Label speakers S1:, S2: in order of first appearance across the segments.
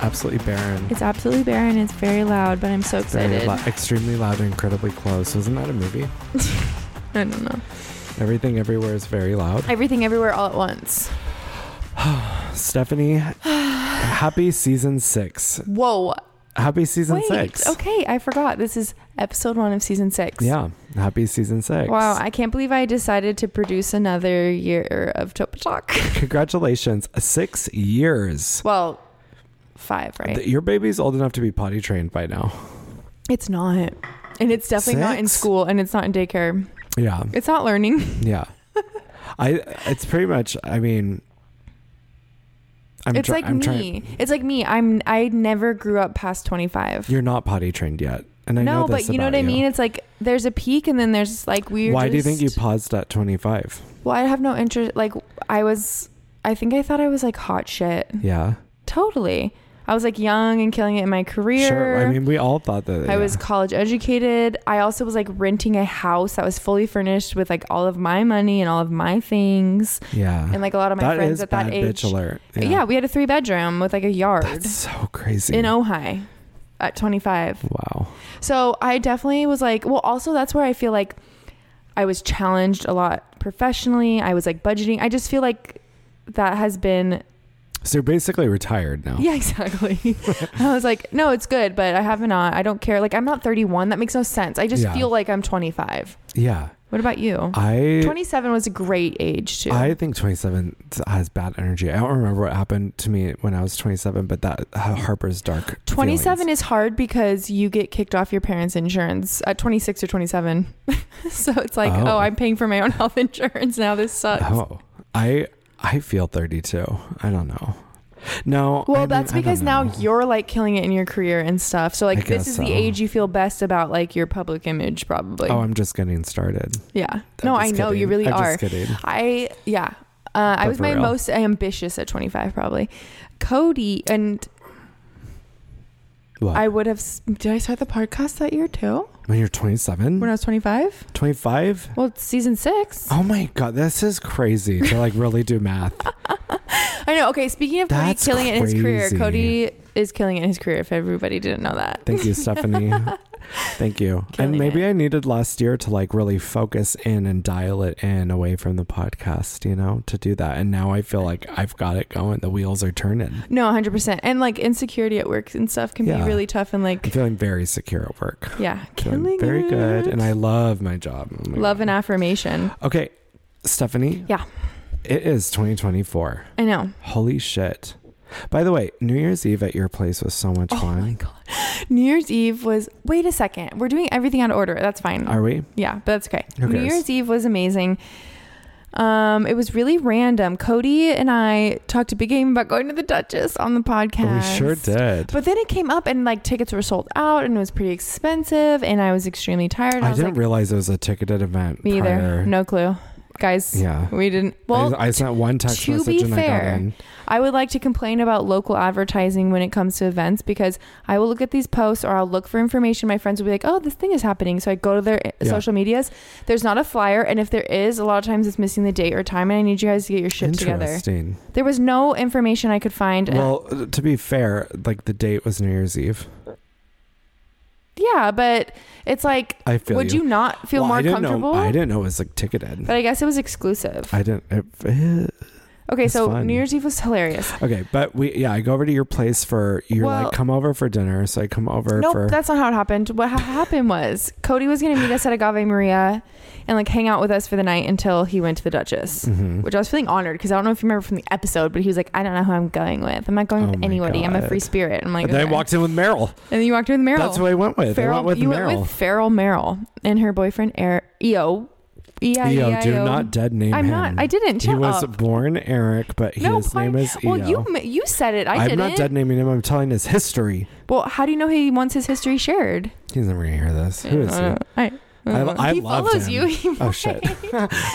S1: absolutely barren.
S2: It's absolutely barren. It's very loud, but I'm so
S1: Very
S2: excited.
S1: lo- extremely loud and incredibly close. Isn't that a movie?
S2: I don't know.
S1: Everything everywhere is very loud.
S2: Everything everywhere all at once.
S1: Stephanie, happy season six.
S2: Whoa.
S1: Happy season
S2: Wait.
S1: six.
S2: Okay, I forgot. This is episode one of season six.
S1: Yeah, happy season six.
S2: Wow, I can't believe I decided to produce another year of Topa Talk.
S1: Congratulations, six years.
S2: well, five, right?
S1: Th- Your baby's old enough to be potty trained by now.
S2: it's not. And it's definitely not in
S1: Six?
S2: school and it's not in daycare.
S1: Yeah,
S2: It's not learning.
S1: yeah. I. It's pretty much. I mean, I'm
S2: it's
S1: try-
S2: like
S1: I'm
S2: me.
S1: trying-
S2: It's like me. I'm I never grew up past 25.
S1: You're not potty trained yet, and I
S2: no,
S1: know this
S2: but you know
S1: about
S2: what I mean? It's like there's a peak and then there's like weird
S1: Why do you think you paused at 25?
S2: Well, I have no interest like I was I think I thought I was like hot shit.
S1: Yeah,
S2: Totally. I was like young and killing it in my career.
S1: sure. I mean, we all thought that.
S2: I
S1: yeah.
S2: was college educated. I also was like renting a house that was fully furnished with like all of my money and all of my things
S1: Yeah.
S2: and like a lot of my
S1: That
S2: friends
S1: is
S2: at that
S1: bad
S2: age.
S1: bitch alert.
S2: Yeah. we had a three bedroom with like a yard
S1: That's so crazy.
S2: in Ojai at 25.
S1: wow.
S2: So I definitely was like, well, also that's where I feel like I was challenged a lot professionally. I was like budgeting. I just feel like that has been
S1: So you're basically retired now.
S2: yeah exactly i was like no it's good but i haven't not i don't care like i'm not 31 that makes no sense i just
S1: Yeah.
S2: feel like i'm 25
S1: Yeah.
S2: what about you
S1: I
S2: 27 was a great age too
S1: I think 27 has bad energy. I don't remember what happened to me when I was 27, but that ha- harbors dark.
S2: 27 is hard because you get kicked off your parents insurance at 26 or 27 so it's like oh.
S1: Oh.
S2: i'm paying for my own health insurance now this sucks
S1: feelings. Oh, I I feel 32. I don't know. No. I
S2: well
S1: mean,
S2: that's
S1: I don't
S2: because now
S1: know.
S2: you're like killing it in your career and stuff so
S1: I
S2: like this
S1: guess
S2: is
S1: so.
S2: the age you feel best about like your public image probably
S1: Oh, I'm just getting started.
S2: yeah
S1: I'm
S2: no i
S1: just
S2: know you
S1: kidding.
S2: really
S1: I'm
S2: are
S1: Just kidding.
S2: I yeah. Uh, I
S1: But
S2: was
S1: for
S2: my
S1: real.
S2: most ambitious at 25 probably. Cody and
S1: What?
S2: I would have s- did I start the podcast that year too?
S1: when you're 27,
S2: When I was 25?
S1: 25.
S2: Well, it's season 6.
S1: Oh my god, this is crazy to like really do math.
S2: I know. Okay, speaking of Cody
S1: That's
S2: killing it in his career,
S1: crazy.
S2: Cody is killing it in his career if everybody didn't know that.
S1: Thank you, Stephanie. Thank you.
S2: Killing
S1: and maybe
S2: it.
S1: I needed last year to like really focus in and dial it in away from the podcast, you know, to do that. And now I feel like I've got it going. The wheels are turning.
S2: No, 100%. And like insecurity at work and stuff can
S1: Yeah.
S2: be really tough and
S1: I'm
S2: like
S1: feeling very secure at work.
S2: yeah,
S1: Feeling
S2: killing
S1: very
S2: it.
S1: good. And I love my job. Oh my
S2: love
S1: God.
S2: and affirmation.
S1: Okay, Stephanie.
S2: Yeah.
S1: It is 2024.
S2: I know.
S1: Holy shit. By the way, New Year's Eve at your place was so much
S2: Oh
S1: fun.
S2: my god. New Year's Eve was wait a second. We're doing everything out of order. That's fine.
S1: Are we?
S2: Yeah, but that's okay.
S1: Who
S2: New
S1: cares?
S2: Year's Eve was amazing. Um, it was really random. Cody and I talked a big game about going to the Duchess on the podcast.
S1: Oh, We sure did.
S2: But then it came up and like tickets were sold out and it was pretty expensive and I was extremely tired. I,
S1: I
S2: was
S1: didn't
S2: like,
S1: realize it was a ticketed event.
S2: me either.
S1: prior.
S2: No clue. Guys,
S1: Yeah.
S2: we didn't. Well,
S1: I, I sent one text
S2: to
S1: message
S2: be
S1: and I
S2: fair,
S1: got in.
S2: I would like to complain about local advertising when it comes to events because I will look at these posts or I'll look for information. My friends will be like, oh, this thing is happening. So I go to their eh,
S1: Yeah.
S2: social medias. There's not a flyer. And if there is, a lot of times it's missing the date or time. And I need you guys to get your shit together.
S1: Interesting.
S2: There was no information I could find. and-
S1: Well, to be fair, like the date was New Year's Eve.
S2: yeah, but it's like,
S1: I feel
S2: would
S1: you.
S2: you not feel
S1: Well,
S2: more
S1: I didn't
S2: comfortable?
S1: Know, I didn't know it was like ticketed.
S2: but I guess it was exclusive.
S1: I didn't. It, eh,
S2: okay,
S1: it's
S2: so
S1: fun.
S2: New Year's Eve was hilarious.
S1: okay, but we yeah, I go over to your place for you're
S2: Well-
S1: like come over for dinner, so I come over
S2: nope,
S1: for
S2: that's not how it happened. What ha- happened was Cody was going to meet us at Agave Maria and like hang out with us for the night until he went to the Duchess,
S1: Mhm.
S2: which I was feeling honored because I don't know if you remember from the episode, but he was like, I don't know who I'm going with. I'm not going
S1: Oh
S2: with
S1: my
S2: anybody. I'm a
S1: God.
S2: free spirit. I'm like,
S1: But then I
S2: "Okay."
S1: walked in with Meryl.
S2: and then you walked in with Meryl.
S1: That's who I went with. I
S2: Farrell-
S1: went with
S2: you
S1: Meryl.
S2: went with Farrell Merrill and her boyfriend E Eric EO. E-I-E-I-O.
S1: Eo, E do not dead name
S2: E I'm
S1: him.
S2: not. I didn't.
S1: He
S2: Shut
S1: was
S2: up.
S1: born Eric, but
S2: no,
S1: his
S2: why-
S1: name is Eo.
S2: Well, you ma- you said it. I
S1: I'm
S2: didn't.
S1: not dead naming him. I'm telling his history.
S2: Well, how do you know he wants his history shared?
S1: He's never gonna hear this. Who is he?
S2: Uh, I,
S1: I,
S2: uh,
S1: I
S2: he
S1: loved
S2: follows
S1: him.
S2: you. He
S1: oh shit!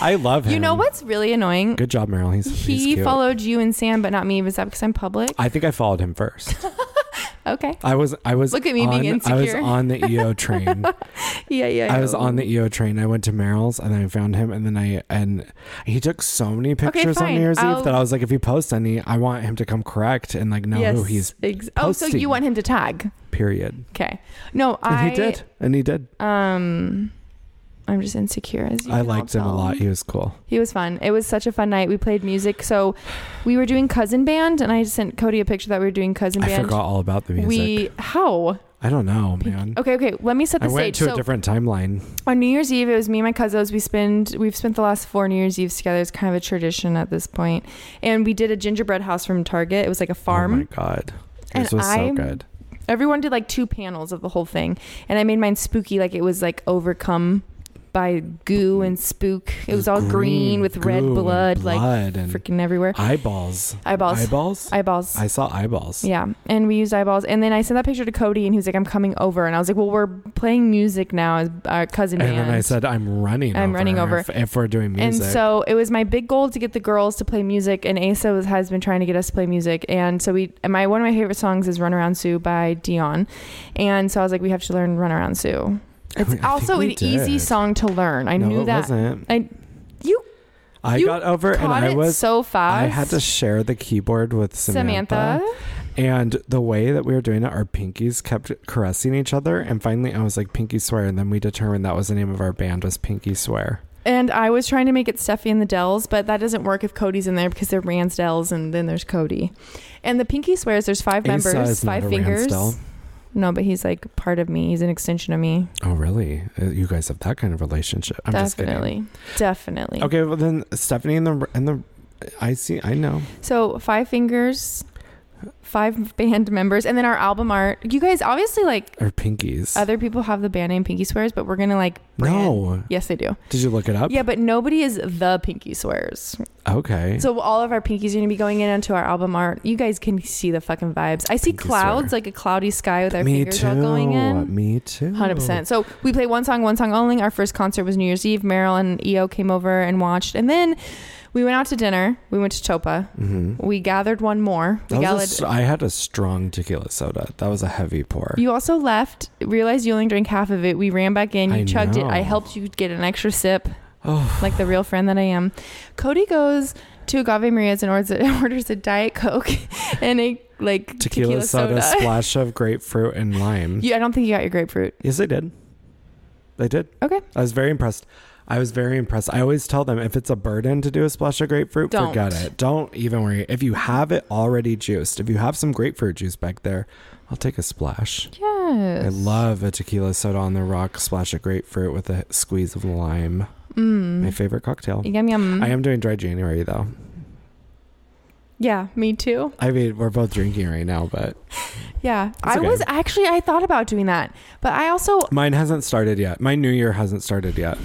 S1: I love him.
S2: You know what's really annoying?
S1: Good job, Meryl. He's, he's
S2: he
S1: cute.
S2: followed you and Sam, but not me. Was that because I'm public?
S1: I think I followed him first.
S2: Okay.
S1: I was I was
S2: Look at me being
S1: on- I was
S2: insecure.
S1: on the EO train.
S2: Yeah, yeah.
S1: I was on
S2: the.
S1: the EO train. I went to Merrill's and I found him and then I and he took so many pictures on
S2: fine.
S1: New Year's
S2: I'll-
S1: Eve that I was like, if he posts any, I want him to come correct and like know who he's
S2: ex- oh so
S1: posting.
S2: you want him to tag
S1: period.
S2: okay no
S1: And
S2: i
S1: he did. And he did.
S2: um i'm just insecure as you
S1: I
S2: can all
S1: liked him a
S2: tell.
S1: lot. He was cool.
S2: he was fun it was such a fun night we played music so we were doing cousin band and i sent cody a picture that we were doing cousin
S1: I
S2: band
S1: forgot all about the music.
S2: we how
S1: I don't know, man.
S2: okay okay let me set the
S1: I went
S2: stage
S1: to
S2: so
S1: a different timeline. Oh
S2: on new year's eve it was me and my cousins we spend we've spent the last four new year's eves together it's kind of a tradition at this point and we did a gingerbread house from target it was like a farm
S1: Oh my god.
S2: And
S1: This was so
S2: I-
S1: good.
S2: everyone did like two panels of the whole thing and i made mine spooky like it was like overcome by goo and spook it was all green, with red
S1: goo and
S2: blood, like
S1: blood and
S2: freaking everywhere
S1: eyeballs.
S2: eyeballs
S1: Eyeballs?
S2: eyeballs
S1: I saw eyeballs.
S2: yeah and we used eyeballs and then i sent that picture to cody and he was like i'm coming over and i was like well we're playing music now as our cousin
S1: And
S2: band
S1: then I said, I'm running
S2: I'm
S1: over
S2: running over.
S1: If, if we're doing music.
S2: and so it was my big goal to get the girls to play music, and Asa was, has been trying to get us to play music. And so we, and my one of my favorite songs is "Run Around Sue" by Dion, and so I was like, we have to learn "Run Around Sue." It's
S1: think
S2: also
S1: we
S2: an easy
S1: did.
S2: song to learn. I
S1: no,
S2: knew
S1: it
S2: that.
S1: wasn't.
S2: I you
S1: I
S2: you
S1: got over and
S2: caught
S1: I
S2: it
S1: was
S2: so fast.
S1: I had to share the keyboard with
S2: Samantha.
S1: Samantha, and the way that we were doing it, our pinkies kept caressing each other, and finally I was like Pinky Swear, and then we determined that was the name of our band was Pinky Swear.
S2: and I was trying to make it Steffi and the Dells, but that doesn't work if Cody's in there because they're Ransdells, and then there's Cody, and the Pinky swears there's five
S1: Asa
S2: members,
S1: is not
S2: five
S1: a
S2: fingers.
S1: Ransdell.
S2: No, but he's like part of me. He's an extension of me.
S1: Oh really? Uh, You guys have that kind of relationship? I'm just kidding.
S2: definitely, definitely.
S1: Okay, well then Stephanie and the and the I see I know.
S2: So five fingers, five band members, and then our album art. You guys obviously like
S1: Or pinkies.
S2: other people have the band name Pinky Swears, but we're gonna like brand-
S1: no.
S2: Yes, they do.
S1: Did you look it up?
S2: Yeah, but nobody is the Pinky Swears.
S1: Okay.
S2: So all of our pinkies are gonna be going in onto our album art. You guys can see the fucking vibes. I see
S1: Pinky
S2: clouds
S1: Swear.
S2: like a cloudy sky with our
S1: Me
S2: fingers
S1: too.
S2: all going in.
S1: Me too.
S2: Hundred percent. So we play one song, one song only. Our first concert was New Year's Eve. Meryl and EO came over and watched, and then we went out to dinner. We went to Chopa.
S1: Mm-hmm.
S2: We gathered one more.
S1: That
S2: We
S1: was a
S2: gathered
S1: str- I had a strong tequila soda. That was a heavy pour.
S2: You also left, realized you only drank half of it. We ran back in, you
S1: I
S2: chugged it. I
S1: know.
S2: helped you get an extra sip,
S1: oh,
S2: like the real friend that I am. Cody goes to Agave Maria's and orders a, orders a Diet Coke and a like
S1: tequila,
S2: tequila,
S1: soda,
S2: soda.
S1: splash of grapefruit and lime.
S2: You- I don't think you got your grapefruit.
S1: Yes, I did. They did.
S2: Okay.
S1: I was very impressed. I was very impressed. I always tell them if it's a burden to do a splash of grapefruit,
S2: Don't.
S1: forget it. Don't even worry. If you have it already juiced, if you have some grapefruit juice back there, I'll take a splash.
S2: Yes.
S1: I love a tequila soda on the rock, splash of grapefruit with a squeeze of lime.
S2: Mm.
S1: My favorite cocktail.
S2: Yum yum.
S1: I am doing dry January though.
S2: yeah, me too.
S1: I mean, we're both drinking right now, but
S2: Yeah, I
S1: okay.
S2: was actually I thought about doing that, but I also
S1: mine hasn't started yet. My new year hasn't started yet.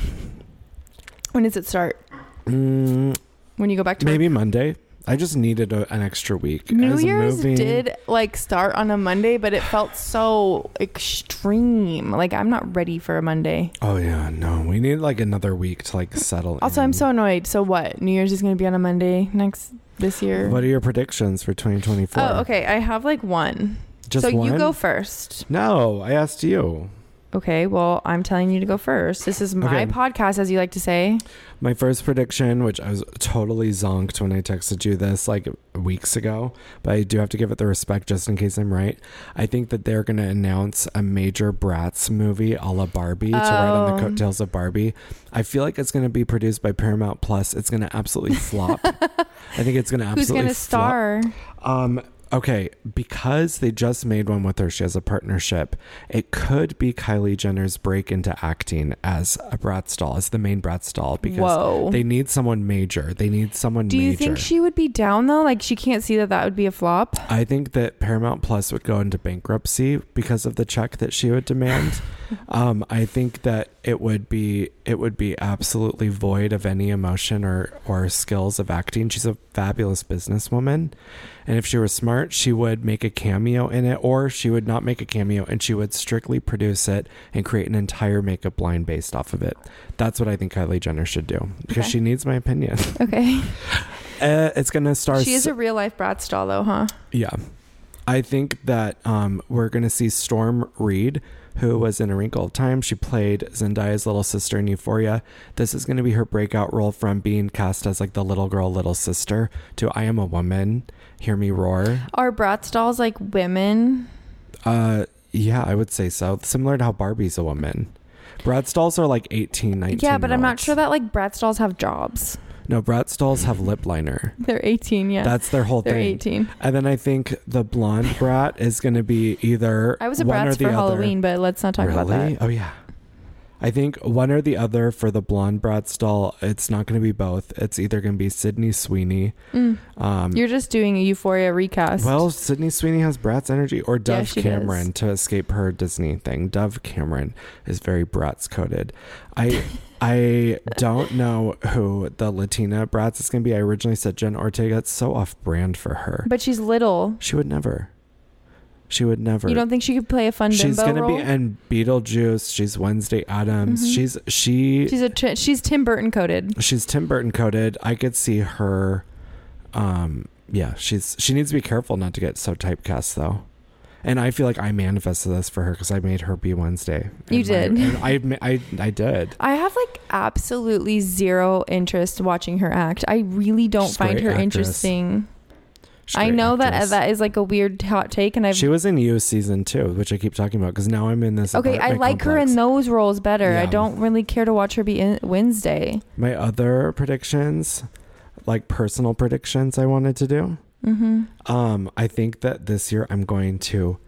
S2: when does it start?
S1: Mm,
S2: When you go back to work?
S1: maybe Monday. I just needed a, an extra week. I
S2: New
S1: was
S2: Year's
S1: moving-
S2: did like start on a Monday, but it felt so extreme. Like I'm not ready for a Monday.
S1: Oh yeah, no. We need like another week to like settle.
S2: Also, I'm
S1: in.
S2: so annoyed. So what? New Year's is going to be on a Monday next this year.
S1: What are your predictions for 2024?
S2: Oh, okay. I have like one.
S1: Just
S2: so
S1: one.
S2: you go first.
S1: no, I asked you.
S2: Okay. Well, I'm telling you to go first. This is my
S1: Okay.
S2: podcast, as you like to say.
S1: My first prediction, which I was totally zonked when I texted you this like weeks ago, but I do have to give it the respect just in case I'm right. I think that they're going to announce a major Bratz movie a la Barbie to ride on the
S2: Oh.
S1: coattails of Barbie. I feel like it's going to be produced by Paramount Plus. It's going to absolutely flop. I think it's going to absolutely
S2: Who's going
S1: flop.
S2: to star?
S1: Um, okay, because they just made one with her, she has a partnership. It could be Kylie Jenner's break into acting as a Bratz doll, as the main Bratz doll, because
S2: Whoa.
S1: they need someone major. They need someone
S2: Do
S1: major.
S2: you think she would be down though? Like she can't see that that would be a flop.
S1: I think that Paramount Plus would go into bankruptcy because of the check that she would demand. um, I think that it would be it would be absolutely void of any emotion or or skills of acting. She's a fabulous businesswoman, and if she were smart, she would make a cameo in it, or she would not make a cameo and she would strictly produce it and create an entire makeup line based off of it. That's what I think Kylie Jenner should do because
S2: Okay.
S1: she needs my opinion.
S2: Okay.
S1: uh, it's gonna star.
S2: She is a real life Bratz doll though, huh?
S1: Yeah. I think that um, we're going to see Storm Reed, who was in A Wrinkle of Time. She played Zendaya's little sister in Euphoria. This is going to be her breakout role from being cast as like the little girl, little sister to I Am a Woman, Hear Me Roar.
S2: Are Bratz dolls like women?
S1: Uh, yeah, I would say so. Similar to how Barbie's a woman. Bratz dolls are like 18, 19.
S2: Yeah, but I'm not
S1: -year-olds.
S2: sure that like Bratz dolls have jobs.
S1: No, Bratz dolls have lip liner.
S2: They're 18, yeah.
S1: That's their whole
S2: They're
S1: thing.
S2: 18.
S1: And then I think the blonde brat is going to be either
S2: I was a
S1: one or
S2: Bratz
S1: the
S2: for
S1: other.
S2: Halloween, but let's not talk
S1: really?
S2: about that.
S1: Oh yeah. I think one or the other for the blonde brat's doll. It's not going to be both. It's either going to be Sydney Sweeney.
S2: Mm.
S1: Um,
S2: You're just doing a Euphoria recast.
S1: well, Sydney Sweeney has Bratz energy, or Dove
S2: she does.
S1: Cameron to escape her Disney thing. Dove Cameron is very Bratz coded. I I don't know who the Latina Bratz is going to be. I originally said Jen Ortega. It's so off brand for her.
S2: but she's little.
S1: She would never. She would never.
S2: You don't think she could play a fun
S1: She's
S2: bimbo
S1: gonna
S2: role?
S1: be in Beetlejuice. She's Wednesday Adams.
S2: Mhm.
S1: She's she she's,
S2: she's a t- she's Tim Burton coded.
S1: Tim Burton coded. I could see her. Um, yeah, she's she needs to be careful not to get so typecast though. And I feel like I manifested this for her because I made her be Wednesday.
S2: You
S1: And my-
S2: did.
S1: and I, ma- I I did.
S2: I have like absolutely zero interest watching her act. I really don't
S1: She's a
S2: find
S1: great
S2: her
S1: actress.
S2: interesting.
S1: She's a
S2: I
S1: great
S2: know
S1: actress.
S2: that that is like a weird hot take, and I've
S1: she was in You season two, which I keep talking about because now I'm in this.
S2: okay. I
S1: apartment
S2: like her in
S1: complex.
S2: those roles better. I
S1: Yeah.
S2: don't really care to watch her be in Wednesday.
S1: my other predictions, like personal predictions, I wanted to do.
S2: Mm-hmm.
S1: Um, I think that this year I'm going to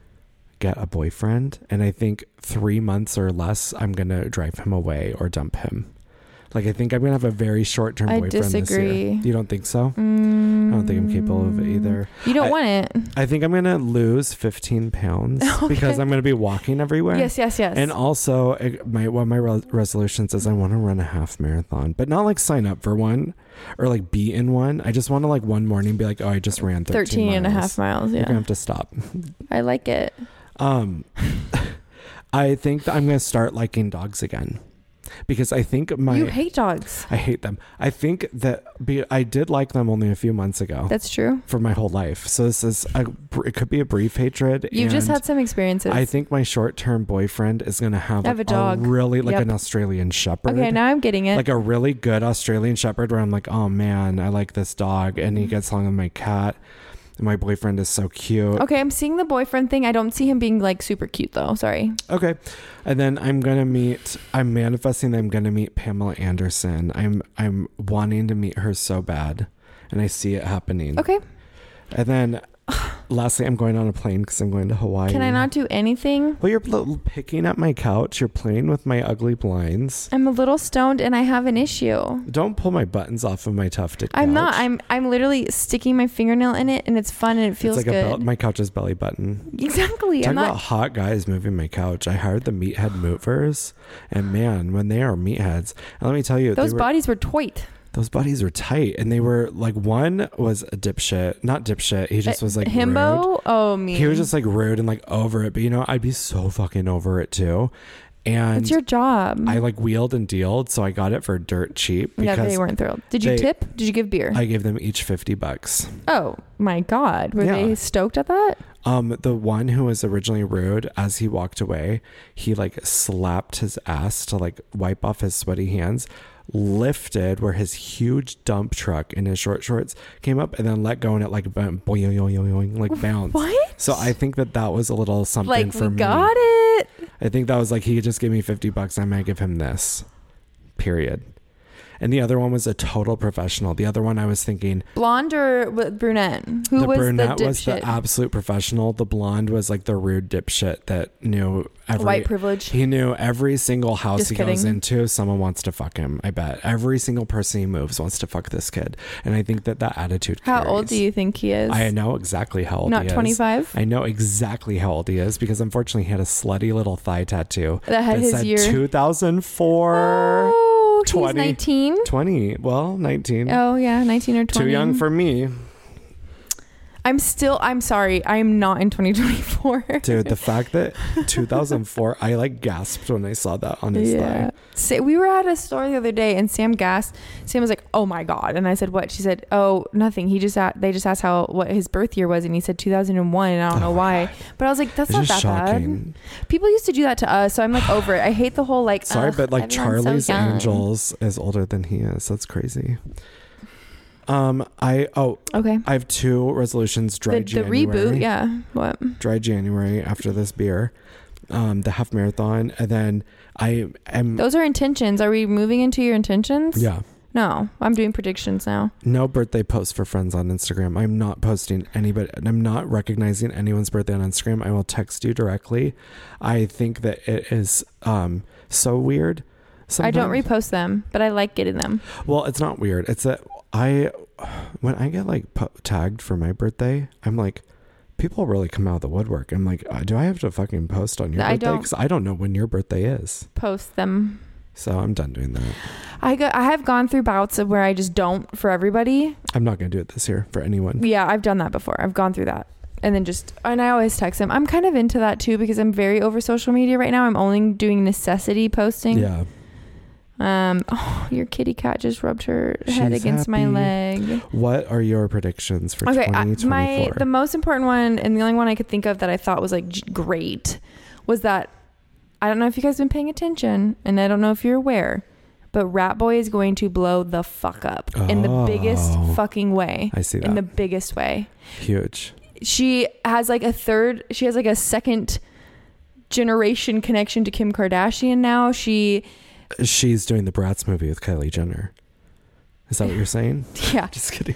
S1: get a boyfriend, and I think three months or less I'm gonna drive him away or dump him. Like I think I'm gonna have a very short term
S2: I
S1: boyfriend this year.
S2: disagree.
S1: You don't think so?
S2: Mm.
S1: I don't think I'm capable of it either.
S2: You don't
S1: I-
S2: want it.
S1: I think I'm gonna lose 15 pounds because
S2: Mm. Okay.
S1: I'm gonna be walking everywhere.
S2: Yes, yes, yes.
S1: And also, it- my one of my re- resolutions is I want to run a half marathon, but not like sign up for one or like be in one. I just want to like one morning be like, oh, I just ran 13,
S2: 13 and a
S1: miles.
S2: half miles.
S1: You're gonna
S2: Yeah.
S1: have to stop.
S2: I like it.
S1: Um, I think that I'm going to start liking dogs again because I think my
S2: you hate dogs.
S1: I hate them. I think that be, I did like them only a few months ago
S2: That's true.
S1: for my whole life. So this is a, it could be a brief hatred.
S2: You've just
S1: and
S2: had some experiences.
S1: I think my short-term boyfriend is going to have,
S2: Have
S1: like,
S2: a dog.
S1: really like
S2: Yep.
S1: an Australian Shepherd.
S2: okay, now I'm getting it.
S1: like a really good Australian Shepherd, where I'm like, oh man, I like this dog, and
S2: Mm-hmm.
S1: he gets along with my cat. And my boyfriend is so cute.
S2: okay, I'm seeing the boyfriend thing. I don't see him being like super cute though. Sorry.
S1: Okay. And then I'm gonna meet I'm manifesting that I'm gonna meet Pamela Anderson. I'm I'm wanting to meet her so bad. And I see it happening.
S2: Okay.
S1: And then lastly I'm going on a plane because I'm going to Hawaii.
S2: Can I not do anything?
S1: Well you're pl- picking up my couch, you're playing with my ugly blinds.
S2: I'm a little stoned and I have an issue.
S1: Don't pull my buttons off of my tufted couch.
S2: I'm not. I'm I'm literally sticking my fingernail in it and it's fun and it feels
S1: it's like
S2: good.
S1: a bel- my couch's belly button.
S2: exactly.
S1: Talk
S2: I'm
S1: about
S2: not
S1: hot guys moving my couch. I hired the meathead movers, and man, when they are meatheads, and let me tell you, they
S2: those
S1: were-
S2: bodies were toit.
S1: Those buddies were tight, and they were like one was a dipshit, not dipshit. He just was like rude.
S2: Uh, Himbo? Oh me.
S1: He was just like rude and like over it. But you know, I'd be so fucking over it too. And
S2: It's your job.
S1: I like wheeled and dealed, so I got it for dirt cheap
S2: yeah,
S1: because
S2: they weren't thrilled. Did you
S1: they-
S2: tip? Did you give beer?
S1: I gave them each fifty bucks.
S2: oh my god. Were
S1: Yeah.
S2: they stoked at that?
S1: Um, the one who was originally rude, as he walked away, he like slapped his ass to like wipe off his sweaty hands, lifted where his huge dump truck in his short shorts came up, and then let go, and it like boing, boing, boing, boing, boing, like bounced.
S2: What?
S1: So I think that that was a little something
S2: like
S1: for
S2: we
S1: me.
S2: got it.
S1: I think that was like he just gave me fifty bucks. I'm gonna give him this. Period. And the other one was a total professional. The other one I was thinking
S2: Blonde or w- brunette? Who
S1: the
S2: was
S1: brunette
S2: the dipshit?
S1: was the absolute professional. The blonde was like the rude dipshit that knew every
S2: White privilege.
S1: he knew every single house
S2: Just
S1: he goes
S2: kidding.
S1: into, someone wants to fuck him. I bet every single person he moves wants to fuck this kid. And I think that that attitude.
S2: How old
S1: carries.
S2: do you think he is?
S1: I know exactly how old he
S2: Not
S1: is.
S2: twenty five.
S1: I know exactly how old he is because unfortunately he had a slutty little thigh tattoo
S2: That had
S1: that
S2: his
S1: said
S2: year.
S1: 2004
S2: oh, he's
S1: 20.
S2: nineteen.
S1: 20 well 19
S2: Oh yeah, nineteen or Oh, twenty.
S1: too young for me
S2: I'm still. I'm sorry. I am not in 2024.
S1: Dude, the fact that 2004, I like gasped when I saw that on his
S2: Yeah.
S1: yeah.
S2: Sa- we were at a store the other day and Sam gasped. Sam was like, "Oh my god!" And I said, "What?" She said, "Oh, nothing." He just a- they just asked how what his birth year was, and he said 2001. And I don't
S1: Oh
S2: know
S1: my
S2: why, but I was like, "That's
S1: It's
S2: not
S1: just
S2: that
S1: shocking.
S2: bad." People used to do that to us, so I'm like over it. I hate the whole like.
S1: Sorry,
S2: ugh,
S1: but like
S2: everyone's so
S1: Charlie's
S2: young.
S1: Angels is older than he is. That's crazy. Um, I oh,
S2: Okay.
S1: I have two resolutions. Dry
S2: The, the
S1: January.
S2: reboot, yeah. What?
S1: Dry January after this beer, um, the half marathon, and then I am
S2: Those are intentions. Are we moving into your intentions?
S1: yeah.
S2: No, I'm doing predictions now.
S1: No birthday posts for friends on Instagram. I'm not posting anybody and I'm not recognizing anyone's birthday on Instagram. I will text you directly. I think that it is um so weird.
S2: I don't
S1: sometimes.
S2: repost them, but I like getting them.
S1: Well, it's not weird. It's that I, when I get like po- tagged for my birthday, I'm like, people really come out of the woodwork. I'm like, uh, do I have to fucking post on your
S2: I
S1: birthday?
S2: don't-
S1: Because I don't know when your birthday is.
S2: Post them.
S1: So I'm done doing that.
S2: I go. I have gone through bouts of where I just don't for everybody.
S1: I'm not going to do it this year for anyone.
S2: Yeah, I've done that before. I've gone through that. And then just, and I always text him. I'm kind of into that too because I'm very over social media right now. I'm only doing necessity posting.
S1: Yeah.
S2: Um, oh, your kitty cat just rubbed her head
S1: She's
S2: against my
S1: happy.
S2: leg.
S1: What are your predictions for
S2: Okay, I,
S1: 2024?
S2: my the most important one and the only one I could think of that I thought was like j- great was that I don't know if you guys been paying attention and I don't know if you're aware, but Rat Boy is going to blow the fuck up in the biggest
S1: Oh.
S2: fucking way.
S1: I see that.
S2: In the biggest way.
S1: Huge.
S2: she has like a third she has like a second generation connection to Kim Kardashian now. She
S1: She's doing the Bratz movie with Kylie Jenner. Is that what you're saying?
S2: yeah.
S1: Just kidding.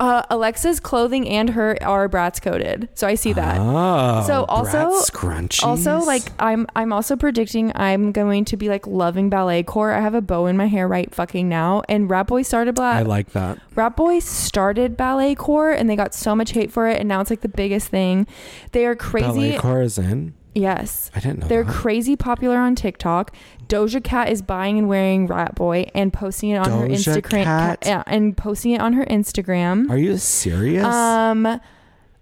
S2: Uh Alexa's clothing and her are Bratz coded. So I see that.
S1: Oh,
S2: So also-
S1: Bratz scrunchies.
S2: Also like I'm I'm also predicting I'm going to be like loving ballet core. I have a bow in my hair right fucking now and Rap Boy started
S1: I
S2: black
S1: like that.
S2: Rap Boy started ballet core and they got so much hate for it and now it's like the biggest thing. They are crazy.
S1: Ballet uh-huh. core is in.
S2: Yes.
S1: I didn't know.
S2: They're
S1: that.
S2: crazy popular on TikTok. Doja Cat is buying and wearing Rat Boy and posting it on her
S1: Doja
S2: Instagram
S1: Cat?
S2: yeah, and posting it on her Instagram.
S1: Are you serious?
S2: Um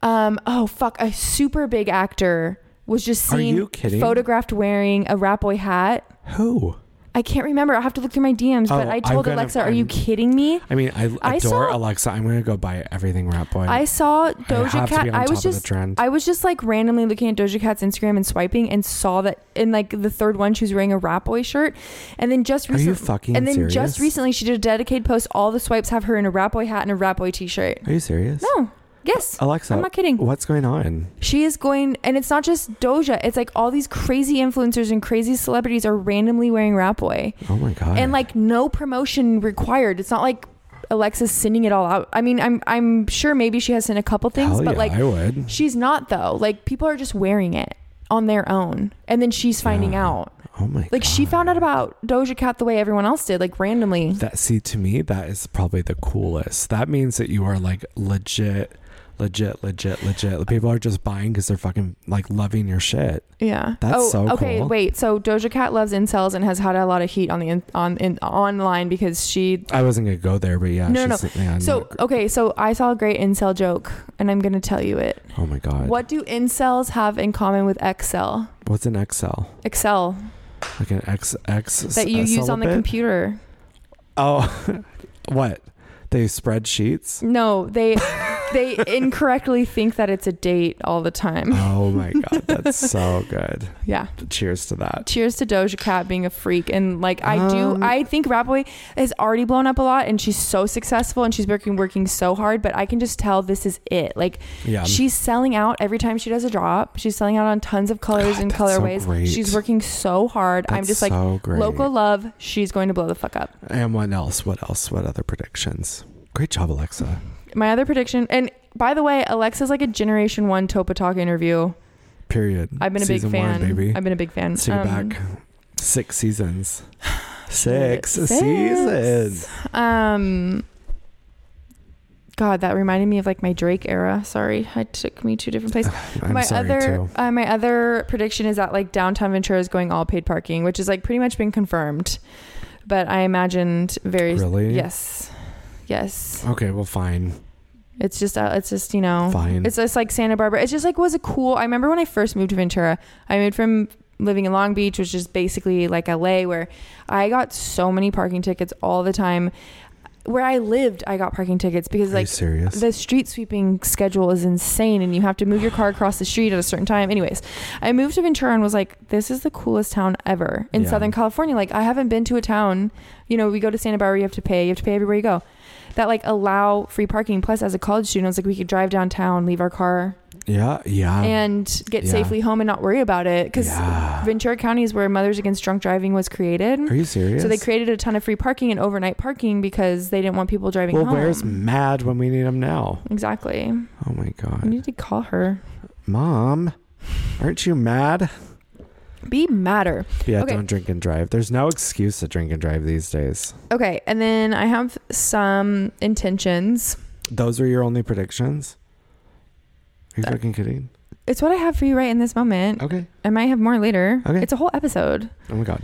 S2: um oh fuck, a super big actor was just
S1: Are
S2: seen
S1: you kidding?
S2: photographed wearing a Rat Boy hat.
S1: Who?
S2: I can't remember. I'll have to look through my DMs, but
S1: Oh,
S2: I
S1: I'm
S2: told
S1: gonna-
S2: Alexa, "Are you
S1: I'm-
S2: kidding me?"
S1: I mean, I adore
S2: I saw-
S1: Alexa. I'm gonna go buy everything Rap Boy.
S2: I saw
S1: I have
S2: Doja
S1: to be
S2: Cat.
S1: on
S2: I
S1: top
S2: was
S1: of the
S2: just
S1: trend.
S2: I was just like randomly looking at Doja Cat's Instagram and swiping and saw that in like the third one she was wearing a Rat Boy shirt, and then just
S1: Are you
S2: recently
S1: fucking
S2: and then
S1: serious?
S2: just recently she did a dedicated post. All the swipes have her in a Rat Boy hat and a Rat Boy T-shirt.
S1: Are you serious?
S2: No, yes,
S1: Alexa.
S2: I'm not kidding.
S1: What's going on?
S2: She is going, and it's not just Doja. It's like all these crazy influencers and crazy celebrities are randomly wearing Rat Boy,
S1: Oh my god.
S2: and like no promotion required. It's not like. Alexa's sending it all out. I mean, I'm I'm sure maybe she has sent a couple things,
S1: Hell
S2: but
S1: yeah,
S2: like
S1: I would.
S2: She's not though. Like people are just wearing it on their own, and then she's finding
S1: Yeah.
S2: out.
S1: Oh my.
S2: Like she
S1: God.
S2: found out about Doja Cat the way everyone else did, like randomly.
S1: That see to me that is probably the coolest. That means that you are like legit, legit, legit, legit. People are just buying because they're fucking like loving your shit.
S2: Yeah.
S1: That's
S2: oh,
S1: so
S2: okay.
S1: cool.
S2: Wait. So Doja Cat loves incels and has had a lot of heat on the in, on in, online because she.
S1: I wasn't gonna go there, but yeah.
S2: No, no,
S1: she's- yeah, I'm
S2: So
S1: not-
S2: okay. So I saw a great incel joke, and I'm gonna tell you it.
S1: oh my god.
S2: What do incels have in common with Excel?
S1: What's an Excel?
S2: Excel
S1: Like an X X
S2: that you
S1: a
S2: use on the
S1: celibate?
S2: computer.
S1: Oh, what? They spreadsheets?
S2: No, they they incorrectly think that it's a date all the time.
S1: Oh my God, that's so good.
S2: Yeah.
S1: Cheers to that.
S2: Cheers to Doja Cat being a freak and like I
S1: Um,
S2: do I think Rap Boy has already blown up a lot and she's so successful and she's working working so hard but I can just tell this is it like
S1: Yeah.
S2: she's selling out every time she does a drop she's selling out on tons of colors
S1: God,
S2: and
S1: that's so
S2: colorways
S1: great.
S2: she's working so hard I'm
S1: That's
S2: just like
S1: so great.
S2: local love she's going to blow the fuck up
S1: And what else? What else? What other predictions? Great job, Alexa.
S2: my other prediction and by the way Alexa's like a generation 1 Topa Talk interview
S1: Period.
S2: I've been a
S1: Season
S2: big fan
S1: One, baby.
S2: I've been a big fan
S1: Let's take it
S2: Um,
S1: back. Six seasons.
S2: Six.
S1: Six, seasons.
S2: Um, God, that reminded me of like my Drake era. Sorry, I took me two different places.
S1: I'm
S2: my
S1: sorry
S2: other,
S1: too.
S2: uh, my other prediction is that like downtown Ventura is going all paid parking, which is like pretty much been confirmed. But I imagined very
S1: Really?
S2: yes, yes.
S1: Okay, well, fine.
S2: It's just uh, it's just you know
S1: Fine.
S2: it's just like Santa Barbara. It's just like was a cool. I remember when I first moved to Ventura. I moved from living in Long Beach, which is basically like LA, where I got so many parking tickets all the time. Where I lived, I got parking tickets because
S1: Are you
S2: like
S1: serious?
S2: the street sweeping schedule is insane and you have to move your car across the street at a certain time. Anyways, I moved to Ventura and was like, this is the coolest town ever in
S1: Yeah.
S2: Southern California. Like, I haven't been to a town, you know, we go to Santa Barbara, you have to pay, you have to pay everywhere you go, that like allow free parking. Plus, as a college student, I was like, we could drive downtown, leave our car,
S1: yeah, yeah.
S2: and get
S1: Um, yeah.
S2: safely home and not worry about it. Because
S1: Yeah.
S2: Ventura County is where Mothers Against Drunk Driving was created.
S1: Are you serious?
S2: So they created a ton of free parking and overnight parking because they didn't want people driving
S1: Well,
S2: home.
S1: where's Mad when we need him now?
S2: Exactly.
S1: Oh my
S2: I
S1: god,
S2: need to call her.
S1: Mom, aren't you mad?
S2: Be madder.
S1: Yeah,
S2: Okay.
S1: don't drink and drive. There's no excuse to drink and drive these days.
S2: Okay, and then I have some intentions.
S1: Those are your only predictions. Are you
S2: That-
S1: fucking kidding?
S2: It's what I have for you right in this moment.
S1: Okay.
S2: I might have more later.
S1: Okay.
S2: It's a whole episode.
S1: Oh my god,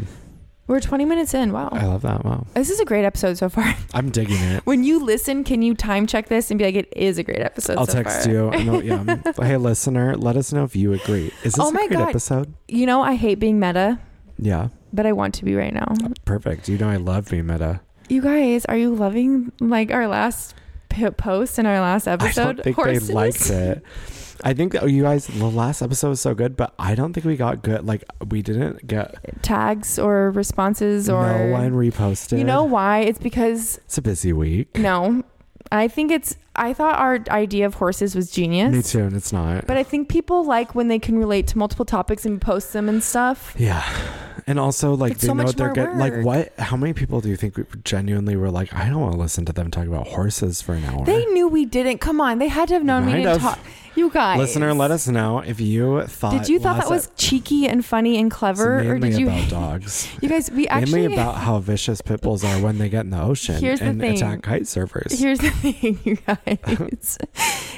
S2: We're 20 minutes in. Wow.
S1: I love that. Wow,
S2: this is a great episode so far.
S1: I'm digging it.
S2: When you listen, can you time check this and be like, it is a great episode?
S1: I'll
S2: so
S1: text
S2: far.
S1: you. I know, yeah. hey, listener, let us know if you agree. Is this
S2: Oh
S1: a
S2: my
S1: great
S2: God.
S1: episode?
S2: You know, I hate being meta,
S1: Yeah,
S2: but I want to be right now.
S1: perfect. You know, I love being meta.
S2: You guys, are you loving like our last p- post and our last
S1: I
S2: episode?
S1: don't think
S2: Horses?
S1: they liked it. I think that you guys, the last episode was so good, but I don't think we got good. Like, we didn't get
S2: Tags or responses or.
S1: no one reposted.
S2: you know why? It's because
S1: it's a busy week.
S2: No, I think it's. I thought our idea of horses was genius.
S1: Me too, and it's not.
S2: But I think people like when they can relate to multiple topics and post them and stuff.
S1: yeah, and also like
S2: It's
S1: they
S2: so
S1: know
S2: much
S1: what they're
S2: more
S1: good. Like,
S2: work.
S1: what? How many people do you think we genuinely were like, I don't want to listen to them talk about horses for an hour?
S2: They knew we didn't. Come on, they had to have known we
S1: Might
S2: didn't
S1: have.
S2: talk. You guys,
S1: Listener, let us know if you thought.
S2: Did you thought
S1: last
S2: that was cheeky and funny and
S1: episode
S2: clever, or
S1: mainly
S2: did you?
S1: about dogs?
S2: You guys, we actually.
S1: mainly about how vicious pit bulls are when they get in the ocean
S2: Here's the
S1: and
S2: thing.
S1: attack kite surfers.
S2: Here's the thing, you guys,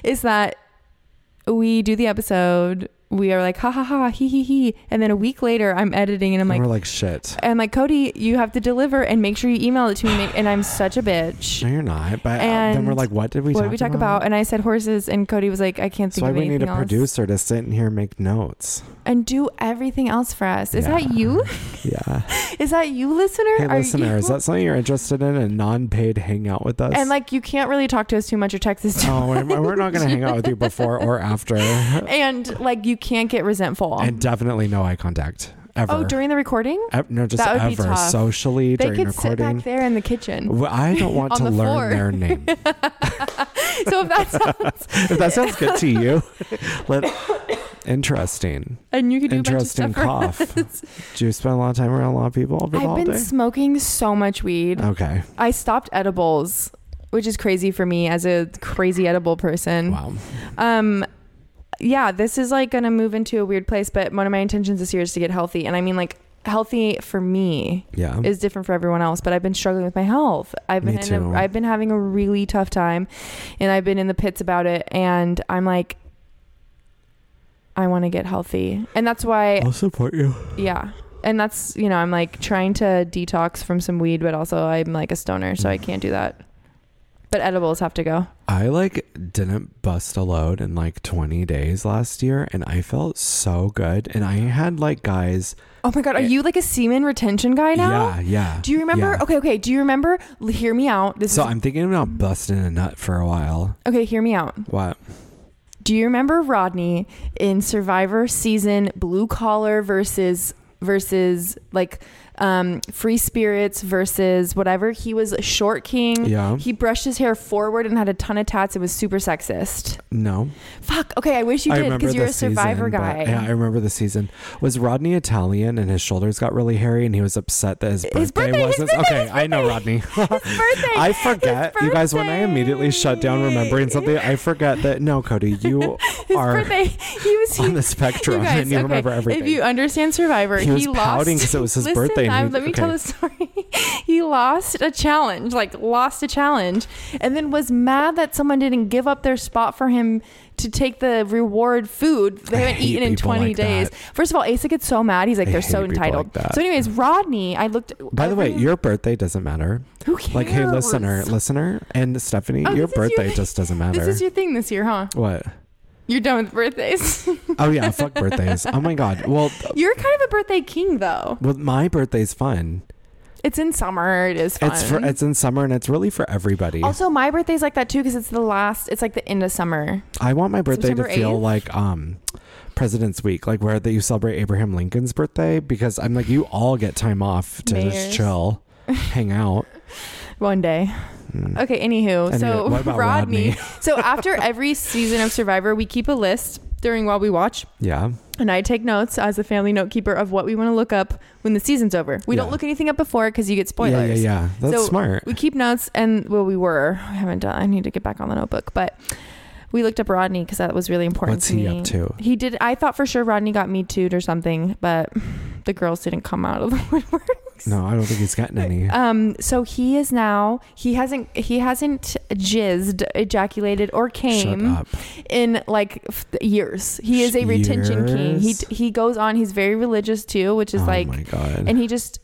S2: is that we do the episode. We are like ha ha ha he he he, and then a week later, I'm editing and I'm
S1: and
S2: like,
S1: we're like, shit.
S2: And like Cody, you have to deliver and make sure you email it to me. ma- And I'm such a bitch.
S1: No, you're not. But uh, then
S2: And
S1: we're like, what did we
S2: what
S1: talk
S2: did we talk about? And I said horses, and Cody was like, I can't
S1: That's
S2: think
S1: why
S2: of
S1: we
S2: anything
S1: need a
S2: else.
S1: producer to sit in here and make notes.
S2: and do everything else for us. Is
S1: Yeah.
S2: that you?
S1: Yeah.
S2: Is that you, listener?
S1: hey,
S2: Are
S1: listener,
S2: you-
S1: is that something you're interested in? A non paid hangout with us?
S2: And like, you can't really talk to us too much or text us too.
S1: oh, we're, we're not going to hang out with you before or after.
S2: much. And like, you can't get resentful.
S1: and definitely no eye contact ever.
S2: oh, during the recording,
S1: Ev- no, just
S2: That would be
S1: ever.
S2: tough.
S1: Socially,
S2: they
S1: during
S2: could sit
S1: recording.
S2: back there in the kitchen.
S1: Well, I don't want
S2: on
S1: to
S2: the
S1: learn
S2: floor.
S1: their name.
S2: so if that's
S1: if that sounds good to you, let, interesting.
S2: and you could do a bunch of
S1: Interesting
S2: stuff. for
S1: cough.
S2: us.
S1: Do you spend a lot of time around a lot of people over the
S2: I've been
S1: holiday?
S2: smoking so much weed.
S1: okay.
S2: I stopped edibles, which is crazy for me as a crazy edible person.
S1: Wow.
S2: Um yeah, this is like going to move into a weird place, but one of my intentions this year is to get healthy and I mean like healthy for me
S1: Yeah.
S2: is different for everyone else, but I've been struggling with my health. I've been
S1: Me
S2: in a,
S1: too.
S2: I've been having a really tough time and I've been in the pits about it and I'm like I want to get healthy. And that's why
S1: I'll support you.
S2: yeah. And that's, you know, I'm like trying to detox from some weed, but also I'm like a stoner, so I can't do that. But edibles have to go.
S1: I like didn't bust a load in like 20 days last year and I felt so good. And I had like guys.
S2: Oh my God. Are you like a semen retention guy now?
S1: Yeah, yeah.
S2: Do you remember?
S1: yeah.
S2: Okay, okay. Do you remember? L- Hear me out. This
S1: So
S2: is
S1: I'm thinking about busting a nut for a while.
S2: okay. Hear me out.
S1: What?
S2: Do you remember Rodney in Survivor season blue collar versus versus like um, free spirits versus whatever? He was a short king.
S1: Yeah.
S2: He brushed his hair forward and had a ton of tats. It was super sexist.
S1: No.
S2: Fuck. Okay, I wish you
S1: I
S2: did
S1: remember
S2: because you're
S1: the
S2: a survivor
S1: season, but-
S2: guy.
S1: yeah, I remember the season. Was Rodney Italian and his shoulders got really hairy and he was upset that his birthday,
S2: His birthday, his
S1: wasn't.
S2: birthday,
S1: okay,
S2: his
S1: I know Rodney.
S2: birthday. birthday.
S1: I forget.
S2: His
S1: You guys, when I
S2: birthday.
S1: immediately shut down remembering something, I forget that. No, Cody, you
S2: His
S1: are
S2: birthday. He was
S1: on
S2: he-
S1: the spectrum
S2: You guys,
S1: and you
S2: okay,
S1: remember everything.
S2: If you understand Survivor,
S1: He was
S2: lost
S1: pouting 'cause it was his
S2: Listen,
S1: birthday and
S2: I'm-
S1: he-
S2: let me tell
S1: okay.
S2: the story. he lost a challenge, like lost a challenge, and then was mad that someone didn't give up their spot for him to take the reward food they
S1: I
S2: haven't
S1: hate
S2: eaten in
S1: people
S2: 20
S1: like
S2: days.
S1: that.
S2: First of all, Asa gets so mad. He's like,
S1: I
S2: they're so
S1: hate people
S2: entitled.
S1: like that.
S2: so, anyways, Rodney, I looked.
S1: By the way,
S2: everyone-
S1: your birthday doesn't matter.
S2: who cares?
S1: Like, hey, listener, listener, and Stephanie,
S2: Oh,
S1: your
S2: this is your
S1: birthday
S2: thing.
S1: just doesn't matter.
S2: This is your thing this year, huh?
S1: what?
S2: You're done with birthdays.
S1: Oh yeah, fuck birthdays. Oh my god. Well,
S2: You're kind of a birthday king, though.
S1: well, my birthday's fun.
S2: It's in summer. It is fun.
S1: It's for it's in summer and it's really for everybody.
S2: also, my birthday's like that too because it's the last. It's like the end of summer.
S1: I want my birthday
S2: September
S1: to feel
S2: 8th?
S1: like um President's Week, like where that you celebrate Abraham Lincoln's birthday because I'm like you all get time off to just
S2: Mayors.
S1: chill, hang out.
S2: One day.
S1: Mm.
S2: Okay, anywho,
S1: Anyway,
S2: so
S1: what about
S2: Rodney.
S1: Rodney?
S2: so after every season of Survivor, we keep a list during while we watch,
S1: Yeah.
S2: and I take notes as the family note keeper of what we want to look up when the season's over. We don't
S1: Yeah.
S2: look anything up before because you get spoilers.
S1: Yeah, yeah, yeah. That's
S2: So,
S1: smart.
S2: We keep notes, and well, we were. I haven't done. I need to get back on the notebook, but we looked up Rodney because that was really important.
S1: What's
S2: to
S1: he
S2: me.
S1: up to?
S2: He did. I thought for sure Rodney got me tooed or something, but the girls didn't come out of the woodwork.
S1: No, I don't think he's gotten any.
S2: Um, so he is now he hasn't he hasn't jizzed, ejaculated, or
S1: Shut
S2: came
S1: up.
S2: in like f- years. He is a retention king. He
S1: Years?
S2: he goes on. He's very religious too, which is
S1: oh
S2: like,
S1: my god.
S2: and he just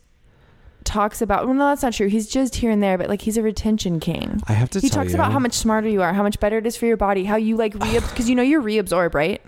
S2: talks about. Well, no, that's not true. He's jizzed here and there, but like he's a retention king.
S1: I have to
S2: He
S1: tell
S2: talks
S1: you.
S2: about how much smarter you are, how much better it is for your body, how you like reabsorb because you know you're reabsorb, right?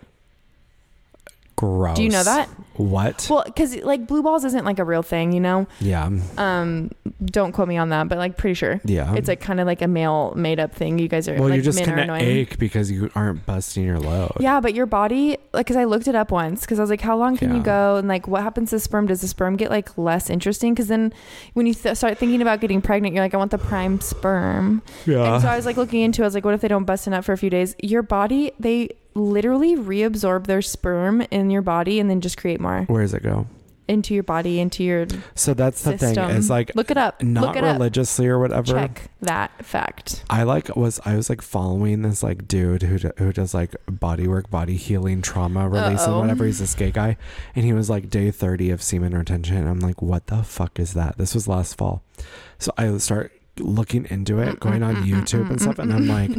S1: gross.
S2: Do you know that?
S1: What?
S2: Well, because like blue balls isn't like a real thing, you know.
S1: yeah.
S2: Um, don't quote me on that, but like pretty sure.
S1: Yeah.
S2: it's like kind of like a male made up thing. You guys are
S1: Um, well,
S2: like
S1: you're just
S2: men are
S1: gonna
S2: annoying.
S1: ache because you aren't busting your load.
S2: Yeah, but your body, like, because I looked it up once, because I was like, how long can you
S1: Yeah.
S2: go, and like, what happens to sperm? Does the sperm get like less interesting? Because then, when you th- start thinking about getting pregnant, you're like, I want the prime sperm.
S1: Yeah.
S2: And so I was like looking into, it, I was like, what if they don't bust it up for a few days? Your body, they literally reabsorb their sperm in your body and then just create more
S1: Where does it go?
S2: into your body, into your
S1: So that's the
S2: system.
S1: thing. Is like
S2: look it up,
S1: not
S2: look it
S1: religiously or
S2: up,
S1: whatever.
S2: check that fact.
S1: I like was I was like following this like dude who d- who does like body work, body healing, trauma release,
S2: Uh-oh.
S1: and whatever. He's this gay guy, and he was like day thirty of semen retention. And I'm like, what the fuck is that? This was last fall, so I start looking into it, going on YouTube and stuff, and I'm like,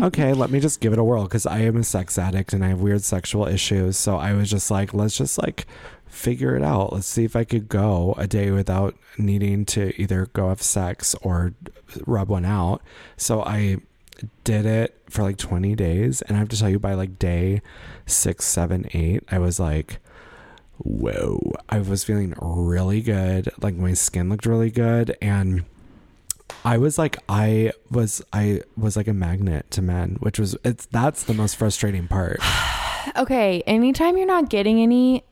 S1: okay, let me just give it a whirl because I am a sex addict and I have weird sexual issues. So I was just like, let's just like figure it out. Let's see if I could go a day without needing to either go have sex or rub one out. So I did it for like 20 days. And I have to tell you, by like day six, seven, eight, I was like, whoa, I was feeling really good. Like my skin looked really good. And I was like, I was, I was like a magnet to men, which was, it's, that's the most frustrating part.
S2: Okay, anytime you're not getting any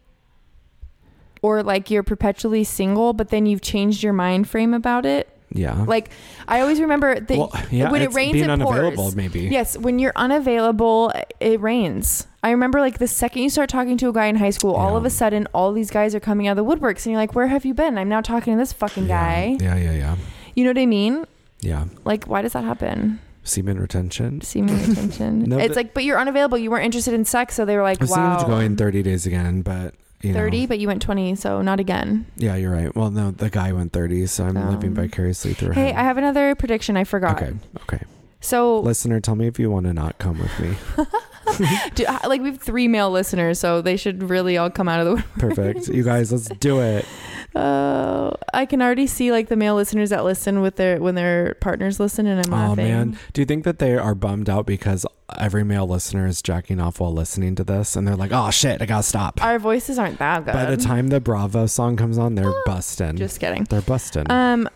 S2: or like you're perpetually single but then you've changed your mind frame about it.
S1: Yeah.
S2: Like I always remember that
S1: well, yeah,
S2: when it
S1: it's
S2: rains,
S1: being
S2: it
S1: unavailable,
S2: pours.
S1: maybe.
S2: yes, when you're unavailable, it rains. I remember like the second you start talking to a guy in high school, all
S1: Yeah.
S2: of a sudden all these guys are coming out of the woodworks and you're like, "Where have you been? I'm now talking to this fucking guy."
S1: Yeah, yeah, yeah.
S2: You know what I mean?
S1: Yeah.
S2: Like why does that happen?
S1: Semen retention.
S2: Seeming attention.
S1: No,
S2: it's
S1: but-
S2: like but you're unavailable, you weren't interested in sex, so they were like,
S1: I was thinking
S2: "Wow."
S1: of going 30 days again, but you
S2: 30,
S1: know.
S2: but you went 20, so not again.
S1: Yeah, you're right. Well, no, the guy went 30, so I'm living
S2: Um,
S1: vicariously through
S2: Hey,
S1: him.
S2: I have another prediction I forgot.
S1: Okay, okay.
S2: So,
S1: Listener, tell me if you want to not come with me.
S2: do, like, we have three male listeners, so they should really all come out of the.
S1: Perfect. you guys, let's do it.
S2: Oh, I can already see like the male listeners that listen with their when their partners listen, and I'm
S1: Oh
S2: laughing.
S1: man, do you think that they are bummed out because every male listener is jacking off while listening to this, and they're like, "Oh shit, I gotta stop."
S2: our voices aren't that good.
S1: By the time the Bravo song comes on, they're busting.
S2: just kidding.
S1: they're busting.
S2: Um,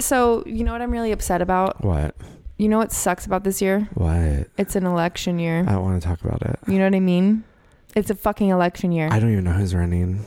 S2: so you know what I'm really upset about?
S1: what?
S2: You know what sucks about this year?
S1: What?
S2: It's an election
S1: I
S2: year.
S1: don't want to talk about it.
S2: You know what I mean? It's a fucking election year.
S1: I don't even know who's running.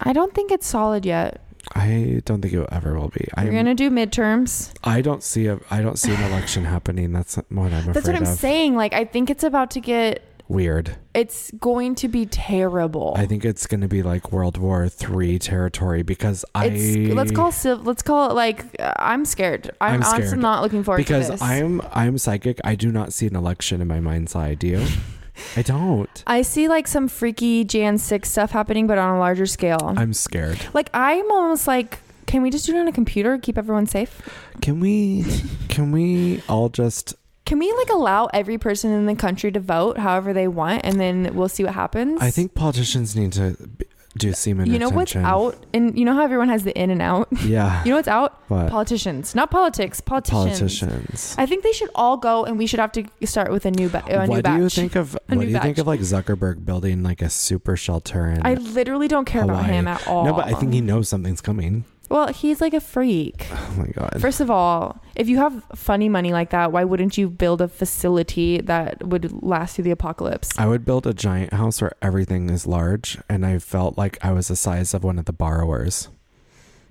S2: I don't think it's solid yet.
S1: I don't think it ever will be.
S2: You're
S1: I'm,
S2: gonna do midterms.
S1: I don't see a. I don't see an election happening. That's what I'm afraid
S2: That's what I'm
S1: of.
S2: saying. Like, I think it's about to get.
S1: Weird.
S2: It's going to be terrible.
S1: I think it's going to be like World War Three territory because I
S2: it's, let's call civ- let's call it like uh, I'm scared. I'm,
S1: I'm
S2: honestly
S1: scared.
S2: not looking forward
S1: because
S2: to this.
S1: I'm I'm psychic. I do not see an election in my mind's eye. Do you? I don't.
S2: I see like some freaky Jan 6 stuff happening, but on a larger scale.
S1: I'm scared.
S2: like I'm almost like Can we just do it on a computer? Keep everyone safe.
S1: Can we can we all just
S2: Can we like allow every person in the country to vote however they want, and then we'll see what happens?
S1: I think politicians need to b- do semen
S2: you know what's
S1: retention.
S2: out, and you know how everyone has the in and out.
S1: Yeah.
S2: You know what's out?
S1: what?
S2: Politicians, not politics. Politicians.
S1: politicians.
S2: I think they should all go, and we should have to start with a new, ba- a new
S1: what
S2: batch.
S1: do you think of
S2: A
S1: what
S2: new
S1: do you think
S2: batch.
S1: of like Zuckerberg building like a super shelter in
S2: I literally don't care about
S1: Hawaii.
S2: him at all.
S1: No, but I think he knows something's coming.
S2: Well, he's like a freak.
S1: Oh my god.
S2: First of all, if you have funny money like that, why wouldn't you build a facility that would last through the apocalypse?
S1: I would build a giant house where everything is large and I felt like I was the size of one of the borrowers.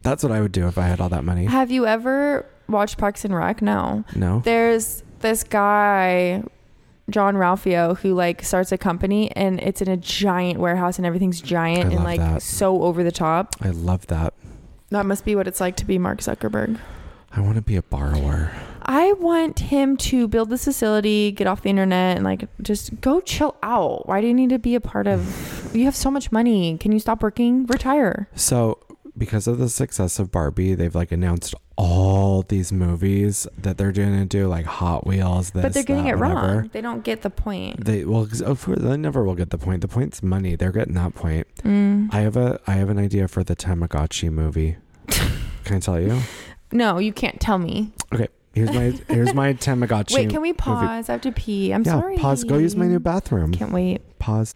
S1: That's what I would do if I had all that money.
S2: Have you ever watched Parks and Rec? No.
S1: No.
S2: There's this guy, John Ralphio, who like starts a company and it's in a giant warehouse and everything's giant
S1: I
S2: and
S1: love
S2: like
S1: that.
S2: so over the top.
S1: I love that.
S2: That must be what it's like to be Mark Zuckerberg.
S1: I want to be a borrower.
S2: I want him to build this facility, get off the internet, and like just go chill out. Why do you need to be a part of? You have so much money. Can you stop working? Retire.
S1: So, because of the success of Barbie, they've like announced all these movies that they're going to do, like Hot Wheels. This,
S2: but they're getting
S1: that,
S2: it
S1: whatever.
S2: wrong. They don't get the point.
S1: They well, 'cause of course, they never will get the point. The point's money. They're getting that point.
S2: Mm.
S1: I have a I have an idea for the Tamagotchi movie. Can I tell you?
S2: no, you can't tell me.
S1: Here's my here's my Tamagotchi.
S2: Wait, can we pause? I have to pee. I'm
S1: yeah,
S2: sorry.
S1: pause. Go use my new bathroom.
S2: Can't wait.
S1: Pause.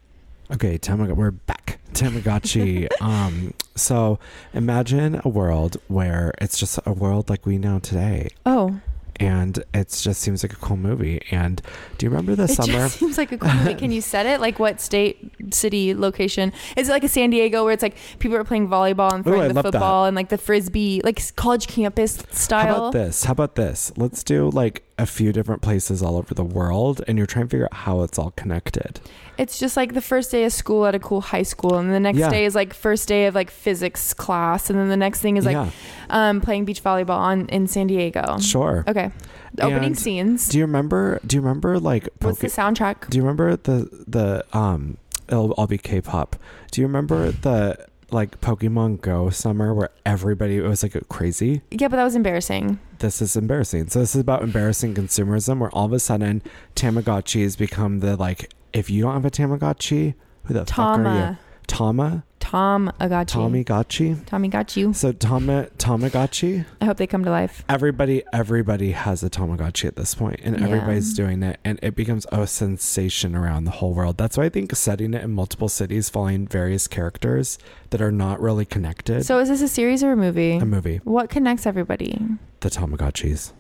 S1: Okay, Tamagotchi. We're back. Tamagotchi. um, so imagine a world where it's just a world like we know today,
S2: Oh,
S1: and it just seems like a cool movie. And do you remember the
S2: it
S1: summer?
S2: just seems like a cool. movie. Can you set it? Like what state, city, location? Is it like a San Diego where it's like people are playing volleyball and
S1: Ooh,
S2: throwing
S1: I
S2: the
S1: love that.
S2: football and like the frisbee, like s- college campus
S1: How
S2: style?
S1: about this? How about this? Let's do like a few different places all over the world, and you're trying to figure out how it's all connected.
S2: It's just like the first day of school at a cool high school, and the next
S1: Yeah.
S2: day is like first day of like physics class, and then the next thing is like
S1: yeah,
S2: um, playing beach volleyball on in San Diego.
S1: sure.
S2: Okay, the opening
S1: And
S2: scenes.
S1: Do you remember? Do you remember like Poke-
S2: What's the soundtrack?
S1: Do you remember the the um? It'll all be K-pop. Do you remember the like Pokemon Go summer where everybody it was like crazy?
S2: Yeah, but that was embarrassing.
S1: This is embarrassing. So this is about embarrassing consumerism, where all of a sudden Tamagotchis become the like. If you don't have a Tamagotchi, who the fuck are you?
S2: Tama,
S1: Tama,
S2: Tom, Agachi,
S1: Tommy Gotchi.
S2: Tommy got you.
S1: So Tama Tamagotchi.
S2: I hope they come to life.
S1: Everybody, everybody has a Tamagotchi at this point, and
S2: Yeah.
S1: everybody's doing it, and it becomes a sensation around the whole world. That's why I think setting it in multiple cities, following various characters that are not really connected,
S2: So, is this a series or a movie?
S1: a movie,
S2: What connects everybody?
S1: the Tamagotchis.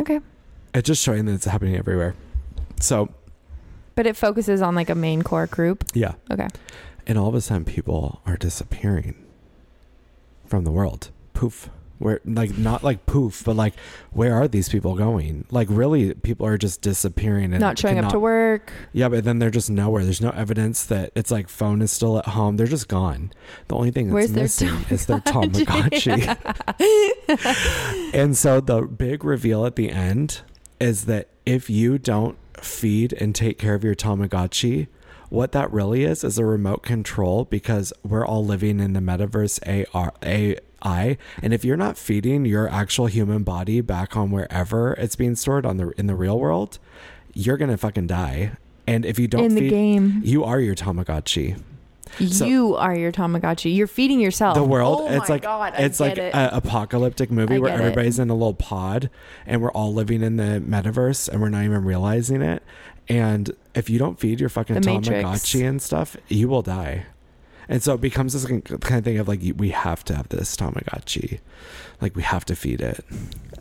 S2: Okay,
S1: It's just showing that it's happening everywhere. So
S2: but it focuses on like a main core group.
S1: yeah,
S2: Okay.
S1: and all of a sudden people are disappearing from the world. Poof. Where like not like poof, but like where are these people going? Like really, people are just disappearing and
S2: Not showing up to
S1: cannot-
S2: work.
S1: Yeah, but then they're just nowhere. There's no evidence that it's like phone is still at home. They're just gone. The only thing that's
S2: Where's their
S1: missing is their Tamagotchi. and so the big reveal at the end is that if you don't feed and take care of your Tamagotchi, what that really is is a remote control because we're all living in the metaverse AR AI. And if you're not feeding your actual human body back on wherever it's being stored on the in the real world, you're gonna fucking die. And if you don't
S2: in
S1: feed
S2: the game.
S1: you are your Tamagotchi. So-
S2: you are your Tamagotchi. You're feeding yourself.
S1: the world
S2: Oh
S1: it's
S2: my
S1: like
S2: God, I
S1: it's like
S2: get it.
S1: a apocalyptic movie
S2: I
S1: where
S2: get it.
S1: everybody's in a little pod and we're all living in the metaverse and we're not even realizing it and if you don't feed your fucking
S2: The Matrix.
S1: tamagotchi and stuff you will die and so it becomes this kind of thing of like we have to have this tamagotchi like we have to feed it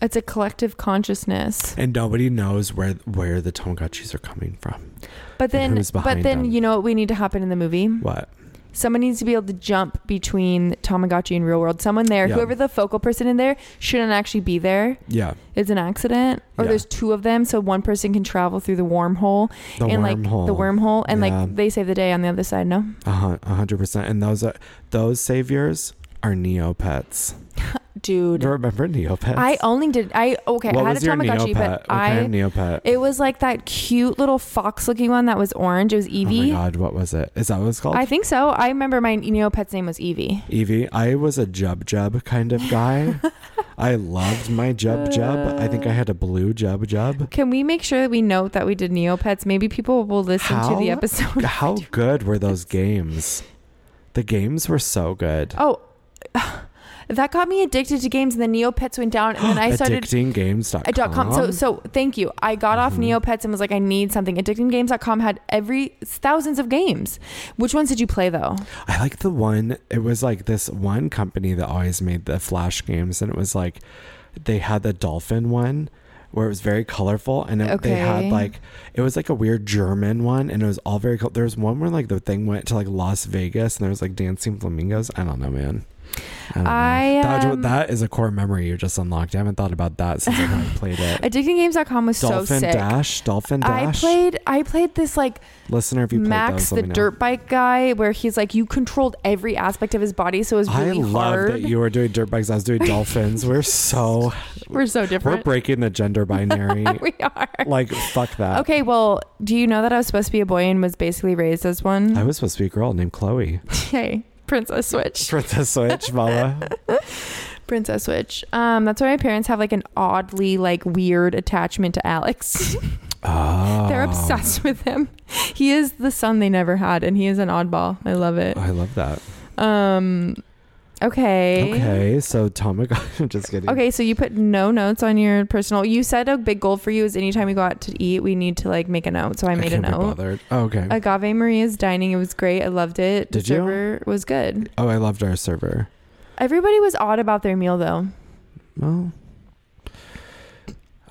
S2: it's a collective consciousness.
S1: and nobody knows where where the tamagotchis are coming from
S2: But then,
S1: who's
S2: but
S1: behind
S2: then,
S1: them.
S2: you know what we need to happen in the movie?
S1: what
S2: Someone needs to be able to jump between Tamagotchi and real world. Someone there,
S1: Yeah.
S2: whoever the focal person in there, shouldn't actually be there.
S1: yeah
S2: It's an accident, or
S1: Yeah.
S2: there's two of them, so one person can travel through the wormhole
S1: the
S2: and like
S1: wormhole
S2: the wormhole, and
S1: Yeah.
S2: like they save the day on the other side. No,
S1: A hun- a hundred percent. And those are those saviors are Neopets.
S2: dude.
S1: Do you remember Neopets?
S2: I only did I okay.
S1: what
S2: I had
S1: was
S2: a
S1: your Neopet?
S2: Tamagotchi, but
S1: what
S2: I
S1: kind of Neopet?
S2: it was like that cute little fox looking one that was orange. It was
S1: oh my
S2: Evie.
S1: god, what was it? Is that what it's called?
S2: I think so. I remember my Neopet's name was Evie.
S1: Evie, I was a Jub Jub kind of guy. I loved my Jub Jub. I think I had a blue Jub Jub.
S2: Can we make sure that we note that we did Neopets? Maybe people will listen to the
S1: How?
S2: episode.
S1: How good were those games? The games were so good.
S2: Oh, that got me addicted to games, and the Neopets went down, and then I started
S1: AddictingGames.com.
S2: Uh, dot com. So so thank you. I got off
S1: Mm-hmm.
S2: Neopets and was like, I need something. AddictingGames.com had every thousands of games. Which ones did you play though?
S1: I like the one. It was like this one company that always made the Flash games, and it was like they had the dolphin one where it was very colorful, and it, they had
S2: Okay.
S1: like it was like a weird German one, and it was all very cool. There was one where like the thing went to like Las Vegas, and there was like dancing flamingos. I don't know, man. I, don't know.
S2: I,
S1: That-
S2: um,
S1: that is a core memory you just unlocked. I haven't thought about that since I played it.
S2: AddictingGames.com was so
S1: Dolphin
S2: sick.
S1: Dash, Dolphin
S2: I
S1: Dash.
S2: played I played this like
S1: Listener, if you played
S2: Max
S1: those, let
S2: the
S1: me know.
S2: dirt bike guy where he's like you controlled every aspect of his body so it was really
S1: I love
S2: hard.
S1: that you were doing dirt bikes. I was doing dolphins. We're so
S2: We're so
S1: we're
S2: different.
S1: breaking the gender binary.
S2: we are.
S1: like fuck that.
S2: Okay, well, do you know that I was supposed to be a boy and was basically raised as one?
S1: I was supposed to be a girl named Chloe.
S2: hey, Princess Switch.
S1: Princess Switch, mama.
S2: Princess Switch. Um, that's why my parents have like an oddly like weird attachment to Alex.
S1: Oh,
S2: They're obsessed with him. He is the son they never had, and he is an oddball. I love it.
S1: I love that.
S2: Um, okay.
S1: Uh. Okay, so Tamagotchi. I'm just kidding.
S2: Okay, so you put no notes on your personal. You said a big goal for you is anytime we go out to eat, we need to like make a note. So I made a
S1: can't be
S2: note.
S1: bothered. Oh, okay.
S2: Agave Maria's dining. It was great. I loved it. The
S1: Did you?
S2: server was good.
S1: oh, I loved our server.
S2: Everybody was odd about their meal though.
S1: Well,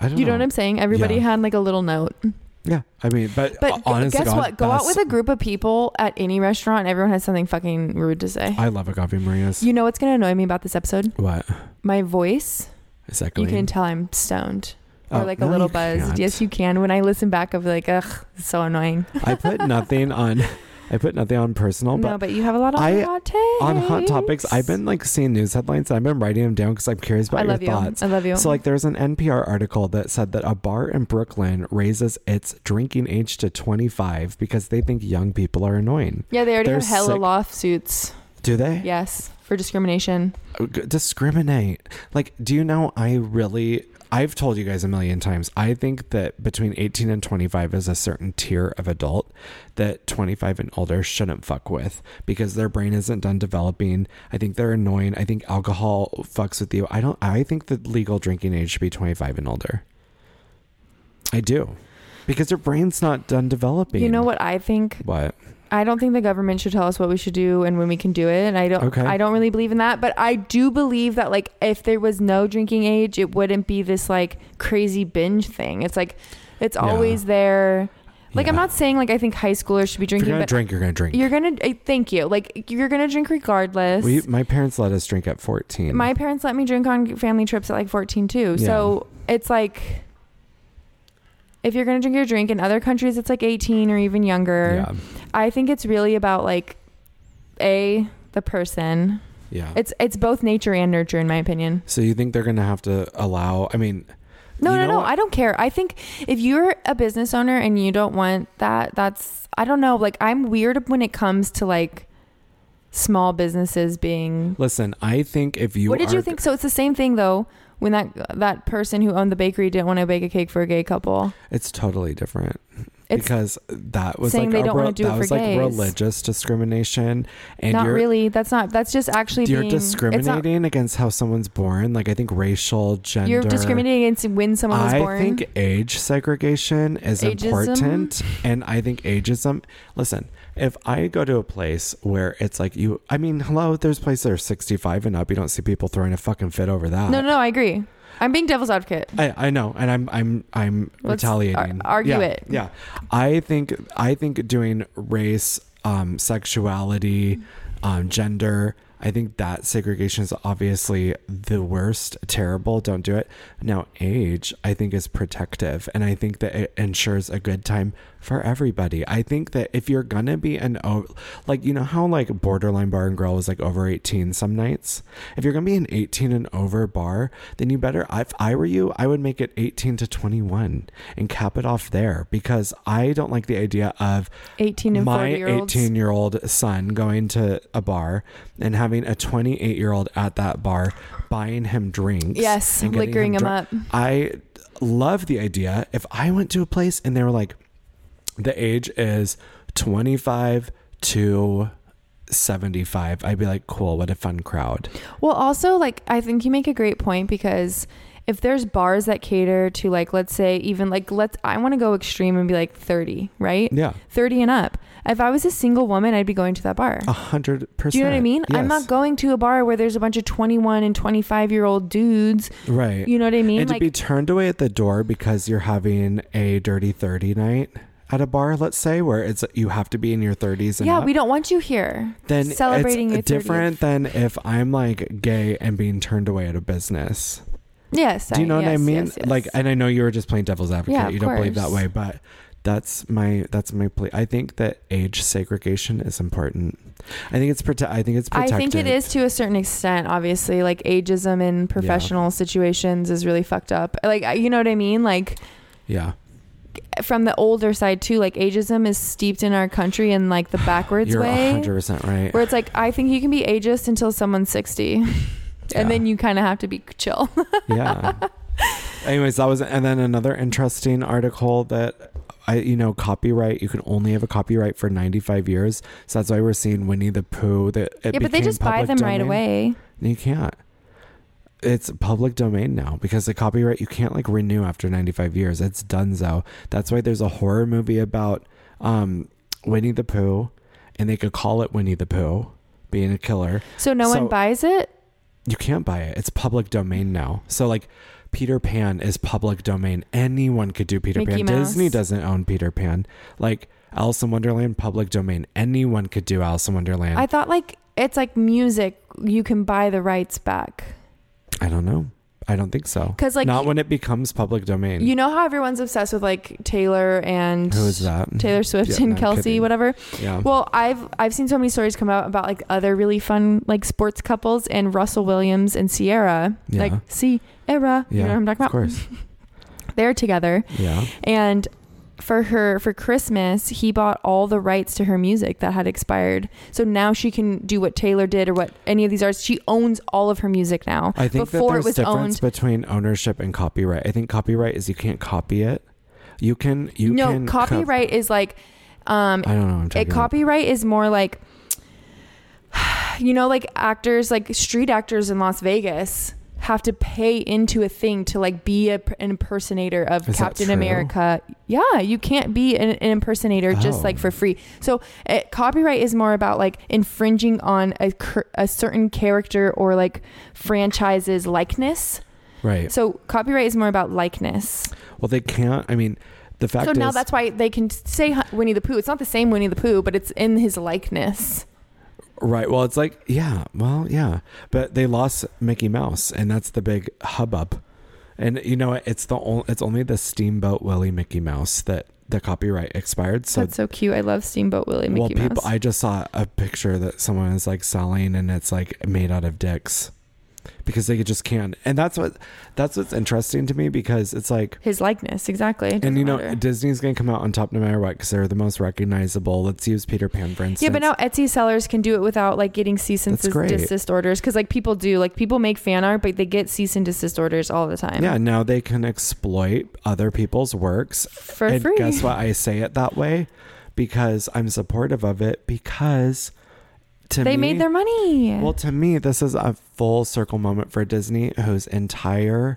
S1: I don't.
S2: You know what I'm saying? Everybody
S1: Yeah.
S2: had like a little note.
S1: Yeah, I mean, but,
S2: But
S1: honestly,
S2: gu- guess what? Go out with a group of people at any restaurant. Everyone has something fucking rude to say.
S1: I love agave marias.
S2: you know what's gonna annoy me about this episode?
S1: what
S2: My voice.
S1: is that?
S2: You can
S1: glean?
S2: tell I'm stoned or
S1: Oh,
S2: like
S1: no,
S2: a little
S1: you
S2: buzzed.
S1: can't.
S2: Yes, you can. When I listen back, I'm like, ugh, it's so annoying.
S1: I put nothing on. I put nothing on personal, Oh, but
S2: no, but you have a lot of
S1: I-
S2: hot takes.
S1: on hot topics, I've been like seeing news headlines and I've been writing them down because I'm curious about
S2: I
S1: your
S2: love you.
S1: thoughts.
S2: I love you.
S1: So, like, there was an NPR article that said that a bar in Brooklyn raises its drinking age to 25 because they think young people are annoying.
S2: yeah, they already
S1: they're
S2: have hella
S1: sick.
S2: lawsuits.
S1: Do they?
S2: Yes, for discrimination.
S1: Uh, g- Discriminate. Like, do you know? I really, I've told you guys a million times, I think that between 18 and 25 is a certain tier of adult that 25 and older shouldn't fuck with because their brain isn't done developing. I think they're annoying. I think alcohol fucks with you. I don't, I think the legal drinking age should be 25 and older. I do. Because your brain's not done developing.
S2: You know what I think?
S1: What?
S2: I don't think the government should tell us what we should do and when we can do it. And I don't
S1: Okay.
S2: I don't really believe in that, but I do believe that like if there was no drinking age, it wouldn't be this like crazy binge thing. It's like it's
S1: Yeah.
S2: always there. Like I'm
S1: Yeah.
S2: not saying like I think high schoolers should be
S1: If you're
S2: drinking,
S1: going to
S2: but
S1: drink, you're going to drink.
S2: you're going to thank you. Like you're going to drink regardless.
S1: we, my parents let us drink at 14.
S2: My parents let me drink on family trips at like 14 too. So it's like if you're going to drink your drink in other countries it's like 18 or even younger.
S1: yeah.
S2: I think it's really about like a the person.
S1: Yeah.
S2: It's it's both nature and nurture in my opinion.
S1: So you think they're going to have to allow? I mean,
S2: No,
S1: You
S2: no,
S1: know
S2: no.
S1: what?
S2: I don't care. I think if you're a business owner and you don't want that, that's I don't know. Like I'm weird when it comes to like small businesses being.
S1: listen. I think if you
S2: what did
S1: are-
S2: you think? So it's the same thing though. When that that person who owned the bakery didn't want to bake a cake for a gay couple,
S1: It's totally different
S2: it's
S1: because that was
S2: saying
S1: like
S2: they
S1: a
S2: don't wanna
S1: rel-
S2: do it
S1: that
S2: for
S1: was like
S2: gays.
S1: religious discrimination, and
S2: not
S1: you're
S2: really. That's not. That's just actually
S1: you're
S2: being. it's not-
S1: discriminating against how someone's born. Like I think racial gender.
S2: you're discriminating against when someone was
S1: I
S2: born.
S1: think age segregation is
S2: Ageism?
S1: important, and I think ageism. Listen, if I go to a place where it's like you, I mean, hello, there's places that are 65 and up. You don't see people throwing a fucking fit over that.
S2: no, no, no. I agree. I'm being devil's advocate.
S1: I, I know, and I'm I'm I'm
S2: Let's
S1: retaliating.
S2: ar- argue
S1: Yeah,
S2: it.
S1: Yeah, I think I think doing race, um, sexuality, um, gender. I think that segregation is obviously the worst, terrible, don't do it. Now, age, I think, is protective. And I think that it ensures a good time for everybody. I think that if you're going to be an, o- like, you know how, like, borderline bar and girl was like over 18 some nights? If you're going to be an 18 and over bar, then you better, if I were you, I would make it 18 to 21 and cap it off there because I don't like the idea of
S2: 18 and
S1: my
S2: 40 year olds.
S1: 18 year old son going to a bar and having a 28 year old at that bar buying him drinks.
S2: Yes,
S1: and getting
S2: liquoring him
S1: dri-
S2: up.
S1: I love the idea. If I went to a place and they were like, the age is 25 to 75, I'd be like, cool, what a fun crowd.
S2: Well, also, like, I think you make a great point because if there's bars that cater to, like, let's say, even like, let's, I want to go extreme and be like 30, right?
S1: Yeah,
S2: 30 and up. If I was a single woman, I'd be going to that bar.
S1: 100%.
S2: Do you know what I mean? I'm
S1: Yes.
S2: not going to a bar where there's a bunch of 21 and 25 year old dudes.
S1: Right.
S2: You know what I mean?
S1: and to be turned away at the door because you're having a dirty 30 night at a bar let's say where it's you have to be in your 30s and
S2: yeah,
S1: up,
S2: we don't want you here.
S1: then
S2: celebrating your
S1: it's
S2: 30th.
S1: different than if i'm like gay and being turned away at a business
S2: Yes.
S1: do you know what i
S2: yes,
S1: mean
S2: yes, yes.
S1: like and i know you were just playing devil's advocate
S2: Yeah, of
S1: you don't believe that
S2: course.
S1: way but that's my that's my plea i think that age segregation is important i think it's prote- i think it's
S2: I
S1: protected
S2: think it is to a certain extent, obviously. Like ageism in professional situations is really fucked up. Like, I- you know what I mean? Like,
S1: yeah
S2: from the older side, too, like ageism is steeped in our country in like the backwards
S1: you're
S2: way,
S1: 100% right
S2: where it's like, I think you can be ageist until someone's 60,
S1: Yeah.
S2: and then you kind of have to be chill.
S1: yeah. Anyways, that was and then another interesting article that I you know copyright you can only have a copyright for 95 years. So that's why we're seeing Winnie the Pooh that it
S2: yeah, but they
S1: became
S2: just buy
S1: public
S2: them right
S1: domain.
S2: away.
S1: You can't. It's public domain now because the copyright you can't like renew after 95 years. It's donezo. That's why there's a horror movie about um Winnie the Pooh and they could call it Winnie the Pooh being a killer.
S2: So no
S1: So-
S2: one buys it.
S1: You can't buy it. It's public domain now. So like Peter Pan is public domain. Anyone could do Peter
S2: Mickey
S1: Pan.
S2: Mouse.
S1: Disney doesn't own Peter Pan. Like Alice in Wonderland, public domain. Anyone could do Alice in Wonderland.
S2: I
S1: I,
S2: thought like it's like music, you can buy the rights back.
S1: don't know. I don't think so.
S2: 'Cause, like,
S1: not
S2: you-
S1: when it becomes public domain.
S2: You know how everyone's obsessed with like Taylor and
S1: Who is that?
S2: Taylor Swift
S1: Mm-hmm. Yeah,
S2: and
S1: no
S2: Kelsey,
S1: kidding.
S2: whatever.
S1: Yeah.
S2: Well, I've I've seen so many stories come out about like other really fun like sports couples and Russell Williams and Sierra,
S1: Yeah.
S2: like Sierra. you
S1: Yeah,
S2: know what I'm talking
S1: of
S2: about?
S1: course.
S2: They're together,
S1: Yeah.
S2: and for her for Christmas, he bought all the rights to her music that had expired. So now she can do what Taylor did or what any of these artists. She owns all of her music now.
S1: I think
S2: Before it
S1: that there's
S2: was
S1: difference between ownership and copyright. I think copyright is you can't copy it. You can you
S2: no,
S1: can cop-
S2: copyright is like um,
S1: I don't know what I'm
S2: a
S1: talking about.
S2: copyright is more like you know like actors like street actors in las vegas have to pay into a thing to like be a, p- an impersonator of
S1: Is that
S2: captain
S1: true?
S2: america yeah you can't be an, an impersonator
S1: Oh.
S2: just like for free so uh, copyright is more about like infringing on a, cur- a certain character or like franchises likeness
S1: Right.
S2: so copyright is more about likeness
S1: Well, they can't. I mean, the fact
S2: so
S1: is
S2: now that's why they can say Hu- winnie the pooh it's not the same winnie the pooh but it's in his likeness
S1: Right. Well, it's like, yeah, well, yeah. But they lost Mickey Mouse, and that's the big hubbub. And you know, what? it's the only, it's only the Steamboat Willie Mickey Mouse that the copyright expired. So,
S2: That's so cute. I love Steamboat Willie Mickey
S1: well, people,
S2: Mouse.
S1: I just saw a picture that someone is like selling, and it's like made out of dicks because they just can't. And that's what that's what's interesting to me because it's like
S2: His likeness, exactly. It
S1: and you
S2: doesn't
S1: know
S2: matter.
S1: Disney's gonna come out on top no matter what because they're the most recognizable. Let's use Peter Pan for instance.
S2: yeah, but now Etsy sellers can do it without like getting cease and
S1: That's great.
S2: desist orders because like people do, like people make fan art, but they get cease and desist orders all the time.
S1: yeah, now they can exploit other people's works
S2: for
S1: and
S2: free.
S1: guess what? I say it that way because I'm supportive of it because to
S2: they
S1: me,
S2: made their money.
S1: well to me this is a full circle moment for Disney whose entire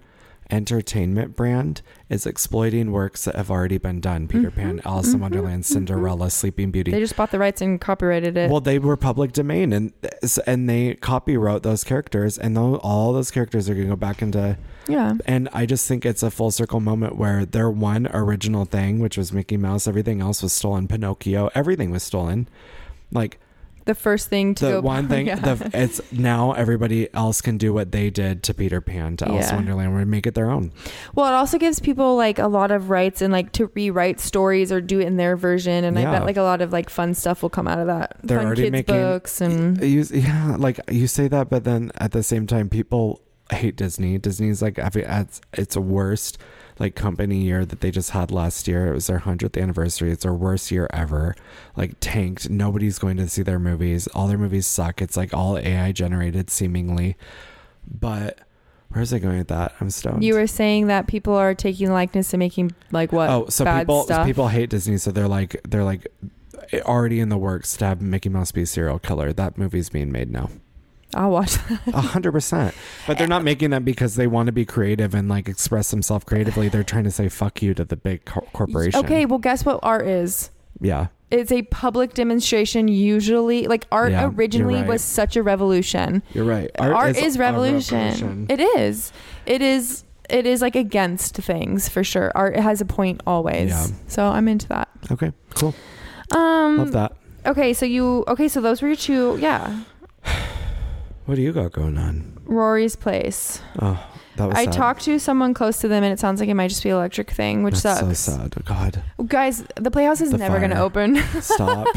S1: entertainment brand is exploiting works that have already been done. Peter Pan, Alice in Wonderland, Cinderella, Sleeping Beauty.
S2: Mm-hmm. they just bought the rights and copyrighted it.
S1: well, they were public domain, and and they copywrote those characters, and tho- all those characters are going to go back into
S2: yeah,
S1: and I just think it's a full circle moment where their one original thing, which was Mickey Mouse, everything else was stolen. Pinocchio, everything was stolen. Like
S2: the first thing to
S1: the
S2: go
S1: one thing
S2: Yeah.
S1: the, it's now everybody else can do what they did to Peter Pan to Alice in
S2: Yeah.
S1: Wonderland and make it their own.
S2: Well, it also gives people like a lot of rights and like to rewrite stories or do it in their version, and
S1: Yeah.
S2: I bet like a lot of like fun stuff will come out of that.
S1: They're
S2: fun
S1: already
S2: kids
S1: making- e
S2: books and
S1: You, yeah, like you say that, but then at the same time, people hate Disney. Disney's like at its, its worst like company year that they just had last year. It was their hundredth anniversary. It's their worst year ever. Like tanked. Nobody's going to see their movies. All their movies suck. It's like all AI generated seemingly. But where's I going with that? I'm stoned.
S2: you were saying that people are taking likeness and making like what?
S1: oh, so
S2: bad
S1: people
S2: stuff.
S1: people hate Disney, so they're like they're like already in the works to have Mickey Mouse be serial killer. That movie's being made now.
S2: I'll watch.
S1: A hundred percent. But they're not making that because they want to be creative and like express themselves creatively. They're trying to say "fuck you" to the big cor- corporation.
S2: Okay, well, guess what art is.
S1: Yeah.
S2: It's a public demonstration. Usually, like art
S1: Yeah, you're
S2: originally
S1: right.
S2: was such a revolution.
S1: You're right.
S2: art, is,
S1: a
S2: revolution. It is. It is. It is like against things for sure. Art has a point always.
S1: Yeah.
S2: So I'm into that.
S1: Okay. Cool.
S2: Um.
S1: Love that.
S2: Okay. So you. Okay. So those were your two. Yeah.
S1: What do you got going on?
S2: Rory's place.
S1: Oh, that was.
S2: I
S1: sad.
S2: talked to someone close to them, and it sounds like it might just be electric thing, which
S1: That's
S2: sucks.
S1: So sad. God,
S2: Guys, the playhouse is
S1: The
S2: never gonna
S1: fire.
S2: open.
S1: stop.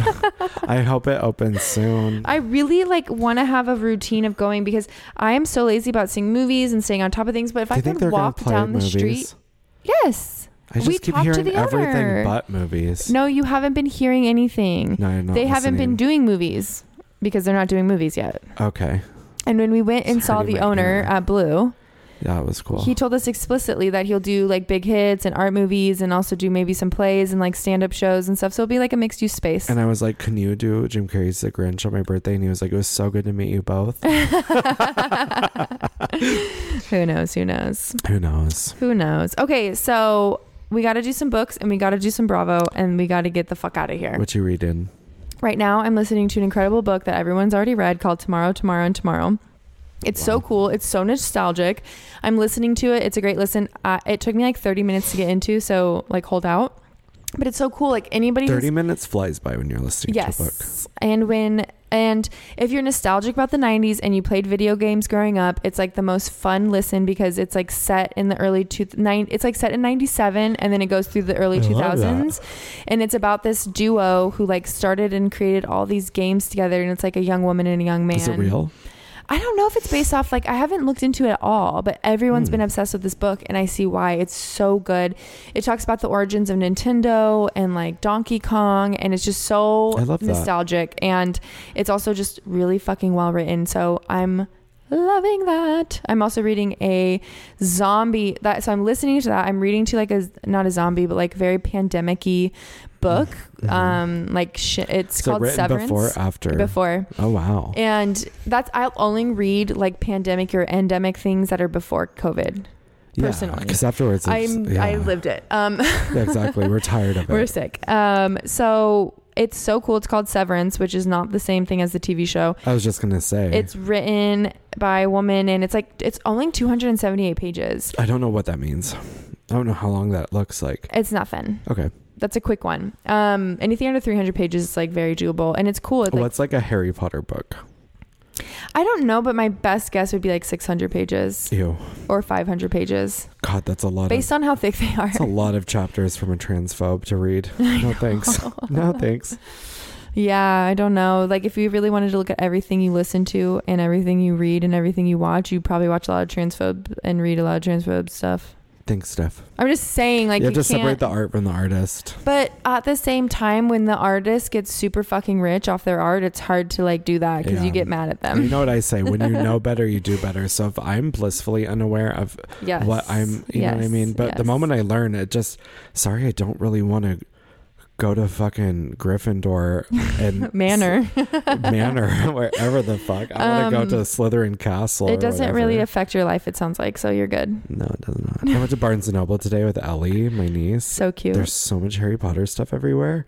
S1: I hope it opens soon.
S2: I really like want to have a routine of going because I am so lazy about seeing movies and staying on top of things. But if
S1: Do
S2: I
S1: you think
S2: could
S1: they're gonna
S2: walk
S1: play
S2: down the
S1: movies?
S2: street, yes.
S1: I just
S2: We
S1: keep
S2: talked to
S1: hearing
S2: the
S1: everything
S2: owner.
S1: but movies.
S2: No, you haven't been hearing anything.
S1: no, you're not
S2: they haven't been
S1: listening.
S2: doing movies because they're not doing movies yet.
S1: okay.
S2: And when we went and
S1: It's
S2: saw
S1: hurting
S2: the
S1: my
S2: owner
S1: ear.
S2: at Blue,
S1: Yeah, it was cool.
S2: he told us explicitly that he'll do like big hits and art movies and also do maybe some plays and like stand up shows and stuff. So it'll be like a mixed use space.
S1: And I was like, "Can you do Jim Carrey's The Grinch on my birthday?" And he was like, "It was so good to meet you both."
S2: who knows? Who knows?
S1: Who knows?
S2: Who knows? Okay, so we got to do some books and we got to do some Bravo and we got to get the fuck out of here.
S1: What you read in?
S2: Right now, I'm listening to an incredible book that everyone's already read called Tomorrow, Tomorrow, and Tomorrow. It's so
S1: Wow.
S2: cool. It's so nostalgic. I'm listening to it. It's a great listen. Uh, it took me like 30 minutes to get into, so like hold out. But it's so cool. Like anybody who's
S1: Thirty minutes flies by when you're listening to a book.
S2: Yes. And when and if you're nostalgic about the 90s and you played video games growing up, it's like the most fun listen because it's like set in the early two nine it's like set in 97 and then it goes through the early
S1: I love
S2: 2000s. And it's about this duo who like started and created all these games together and it's like a young woman and a young man.
S1: Is it real?
S2: I don't know if it's based off like I haven't looked into it at all, but everyone's
S1: Hmm.
S2: been obsessed with this book and I see why. It's so good. It talks about the origins of Nintendo and like Donkey Kong and it's just so
S1: I love that.
S2: nostalgic and it's also just really fucking well written. So I'm loving that. I'm also reading a zombie that so I'm listening to that. I'm reading to like a not a zombie, but like very pandemic-y book.
S1: Mhm.
S2: Um like sh- it's
S1: so
S2: called
S1: written
S2: Severance.
S1: before, or after.
S2: before.
S1: Oh wow.
S2: And that's I'll only read like pandemic or endemic things that are before COVID. personally.
S1: because afterwards, it's,
S2: I'm
S1: yeah.
S2: I lived it. Um,
S1: Yeah, exactly. We're tired of it.
S2: we're sick. Um, so it's so cool. It's called Severance, which is not the same thing as the TV show.
S1: I was just gonna say.
S2: It's written by a woman, and it's like it's only 278 pages.
S1: I don't know what that means. I don't know how long that looks like.
S2: It's nothing.
S1: Okay.
S2: That's a quick one. Um, anything under 300 pages is like very doable, and it's cool. It's like,
S1: What's like a Harry Potter book?
S2: I don't know, but my best guess would be like 600 pages
S1: Ew.
S2: or 500 pages,
S1: God, that's a lot. Of,
S2: based on how thick they are.
S1: that's a lot of chapters from a transphobe to read. No thanks. No thanks.
S2: Yeah, I don't know. Like, if you really wanted to look at everything you listen to and everything you read and everything you watch, you probably watch a lot of transphobe and read a lot of transphobe stuff.
S1: Thanks, Steph.
S2: I'm just saying, like,
S1: you
S2: you,
S1: have to
S2: can't.
S1: separate the art from the artist.
S2: but at the same time, when the artist gets super fucking rich off their art, it's hard to like do that because
S1: Yeah.
S2: you get mad at
S1: you
S2: them.
S1: know what I say? When you know better, you do better. So if I'm blissfully unaware of
S2: Yes.
S1: what I'm, you know what I
S2: Yes.
S1: mean? But the
S2: Yes.
S1: moment I learn, it just, sorry, I don't really want to go to fucking Gryffindor and
S2: manner,
S1: Manor, wherever the fuck. I want to
S2: Um,
S1: go to Slytherin Castle. or
S2: it doesn't really
S1: whatever.
S2: affect your life. It sounds like so you're good.
S1: no, it does not. I went to Barnes and Noble today with Ellie, my niece.
S2: So cute.
S1: There's so much Harry Potter stuff everywhere.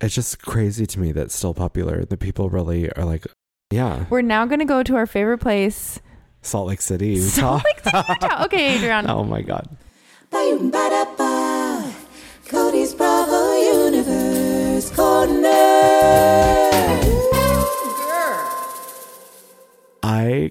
S1: It's just crazy to me that's still popular. The people really are like, yeah,
S2: We're now gonna go to our favorite place.
S1: Salt Lake City, Utah.
S2: Salt Lake City, Utah. Okay, Adrian.
S1: Oh my God.
S3: Ba-dum-ba-da-ba. Cody's Bravo Universe Corner.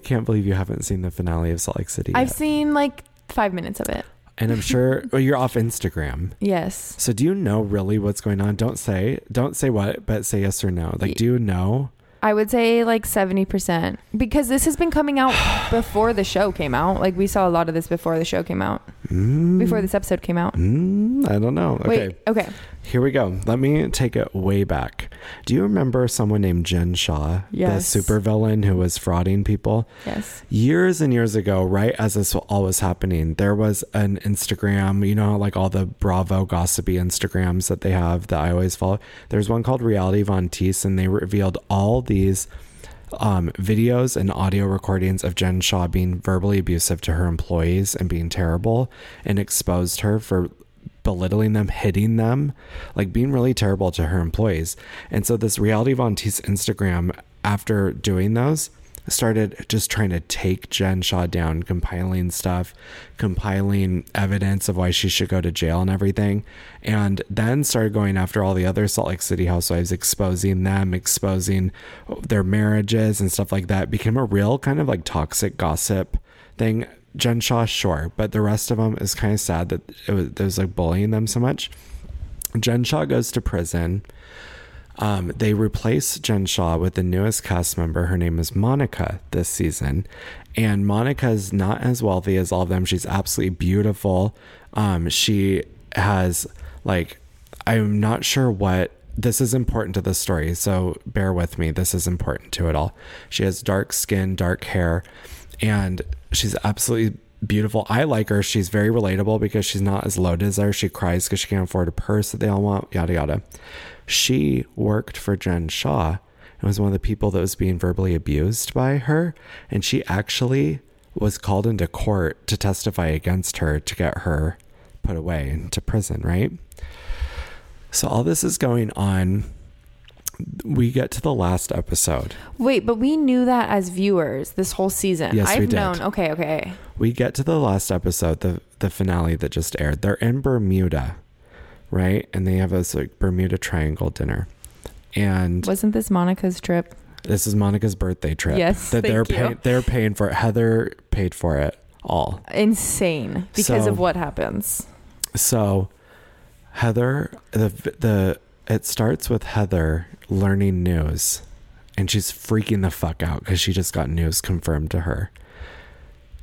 S1: can't believe you haven't seen the finale of Salt Lake City.
S2: I've
S1: yet.
S2: seen like five minutes of it.
S1: and I'm sure well, you're off Instagram.
S2: Yes.
S1: So do you know really what's going on? Don't say, don't say what, but say yes or no.
S2: Ye-
S1: Like, do you know?
S2: I would say like 70% because this has been coming out before the show came out. Like we saw a lot of this before the show came out,
S1: Mm,
S2: before this episode came out.
S1: mm, I don't know. Okay,
S2: Wait, okay.
S1: here we go. Let me take it way back. Do you remember someone named Jen Shaw,
S2: Yes.
S1: the supervillain who was frauding people?
S2: Yes.
S1: years and years ago, right as this was all was happening, there was an Instagram, you know, like all the Bravo gossipy Instagrams that they have that I always follow. There's one called Reality Von Teese, and they revealed all these um, videos and audio recordings of Jen Shaw being verbally abusive to her employees and being terrible and exposed her for belittling them, hitting them, like being really terrible to her employees. And so this Reality Von Teese Instagram, after doing those, started just trying to take Jen Shaw down, compiling stuff, compiling evidence of why she should go to jail and everything. And then started going after all the other Salt Lake City housewives, exposing them, exposing their marriages and stuff like that. It became a real kind of like toxic gossip thing. Jen Shaw, sure, but the rest of them is kind of sad that it was, it was like bullying them so much. Jen Shaw goes to prison. Um, they replace Jen Shaw with the newest cast member. Her name is Monica this season. And Monica's not as wealthy as all of them. She's absolutely beautiful. Um, she has, like, I'm not sure what. This is important to the story, so bear with me. This is important to it all. She has dark skin, dark hair, and she's absolutely beautiful. I like her. She's very relatable because she's not as loaded as her. She cries because she can't afford a purse that they all want, yada, yada. She worked for Jen Shaw and was one of the people that was being verbally abused by her. And she actually was called into court to testify against her to get her put away into prison, right? So all this is going on. We get to the last episode.
S2: Wait, but we knew that as viewers this whole season.
S1: Yes,
S2: I've
S1: we did.
S2: known. Okay, okay.
S1: we get to the last episode, the the finale that just aired. They're in Bermuda, right? And they have this like Bermuda Triangle dinner. And
S2: Wasn't this Monica's trip?
S1: this is Monica's birthday trip.
S2: Yes,
S1: that they're
S2: thank you.
S1: pay- they're paying for it. Heather paid for it all.
S2: Insane because
S1: So-
S2: of what happens.
S1: So Heather, the the it starts with Heather learning news, and she's freaking the fuck out because she just got news confirmed to her.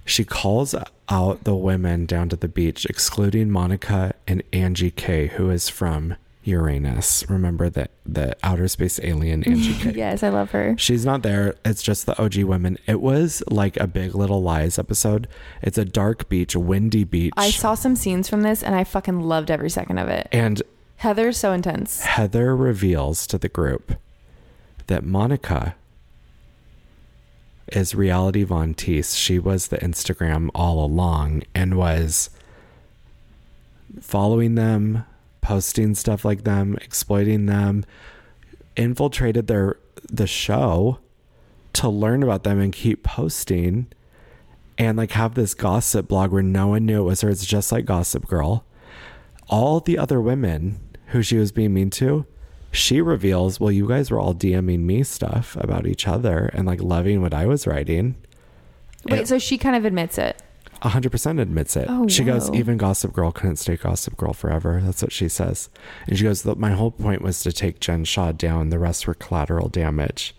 S1: She calls out the women down to the beach, excluding Monica and Angie K, who is from Uranus. Remember that the outer space alien Angie K.
S2: Yes, I love her.
S1: She's not there. It's just the OG women. It was like a Big Little Lies episode. It's a dark beach, windy beach.
S2: I saw some scenes from this and I fucking loved every second of it.
S1: and
S2: Heather's so intense.
S1: Heather reveals to the group that Monica is reality Von Teese. She was the Instagram all along and was following them, posting stuff like them, exploiting them, infiltrated their the show to learn about them and keep posting and like have this gossip blog where no one knew it was her. It's just like Gossip Girl. All the other women who she was being mean to, she reveals, well, you guys were all DMing me stuff about each other and like loving what I was writing.
S2: Wait,
S1: It-
S2: so she kind of admits it.
S1: 100% admits it.
S2: Oh,
S1: she goes,
S2: wow.
S1: even Gossip Girl couldn't stay Gossip Girl forever. That's what she says. And she goes, "Look, my whole point was to take Jen Shaw down. The rest were collateral damage.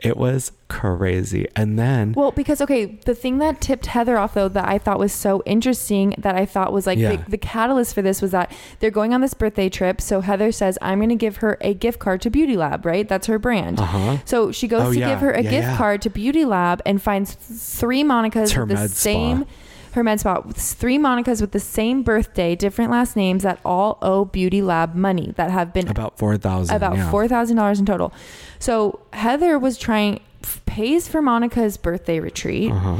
S1: It was crazy. And then,
S2: Well, because okay, the thing that tipped Heather off though that I thought was so interesting that I thought was like
S1: Yeah.
S2: the, the catalyst for this was that they're going on this birthday trip. So Heather says, "I'm going to give her a gift card to Beauty Lab." Right? That's her brand.
S1: uh-huh.
S2: So she goes
S1: Oh,
S2: to
S1: yeah.
S2: give her a
S1: Yeah,
S2: gift
S1: yeah.
S2: card to Beauty Lab and finds th- three Monicas
S1: It's her
S2: with the
S1: med spa.
S2: same her med spot with three Monicas with the same birthday, different last names that all owe Beauty Lab money that have been
S1: About 4,000.
S2: about
S1: yeah.
S2: four thousand dollars in total. So Heather was trying f- pays for Monica's birthday retreat,
S1: Uh-huh.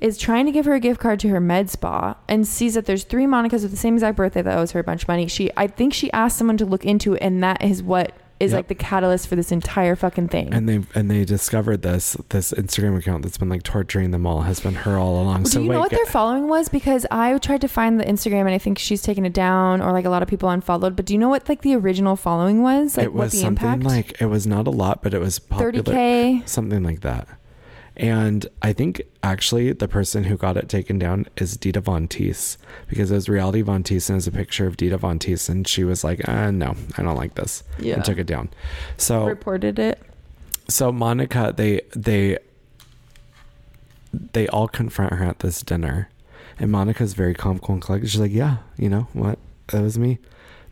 S2: is trying to give her a gift card to her med spa, and sees that there's three Monicas with the same exact birthday that owes her a bunch of money. She, I think, she asked someone to look into it, and that is what is
S1: Yep.
S2: like the catalyst for this entire fucking thing.
S1: And they and they discovered this this Instagram account that's been like torturing them all has been her all along.
S2: Well,
S1: so
S2: Do you
S1: wait,
S2: know what
S1: g-
S2: their following was? Because I tried to find the Instagram, and I think she's taken it down, or like a lot of people unfollowed. But do you know what like the original following was? Like
S1: it
S2: what
S1: was
S2: the
S1: something
S2: impact?
S1: like it was not a lot, but it was popular,
S2: thirty k.
S1: something like that. And I think actually the person who got it taken down is Dita Von Teese because it was Reality Von Teese and it was a picture of Dita Von Teese and she was like, uh, no, I don't like this.
S2: Yeah.
S1: And took it down. So
S2: Reported it.
S1: so Monica, they they they all confront her at this dinner, and Monica's very calm, cool, and collected. She's like, "Yeah, you know what? That was me."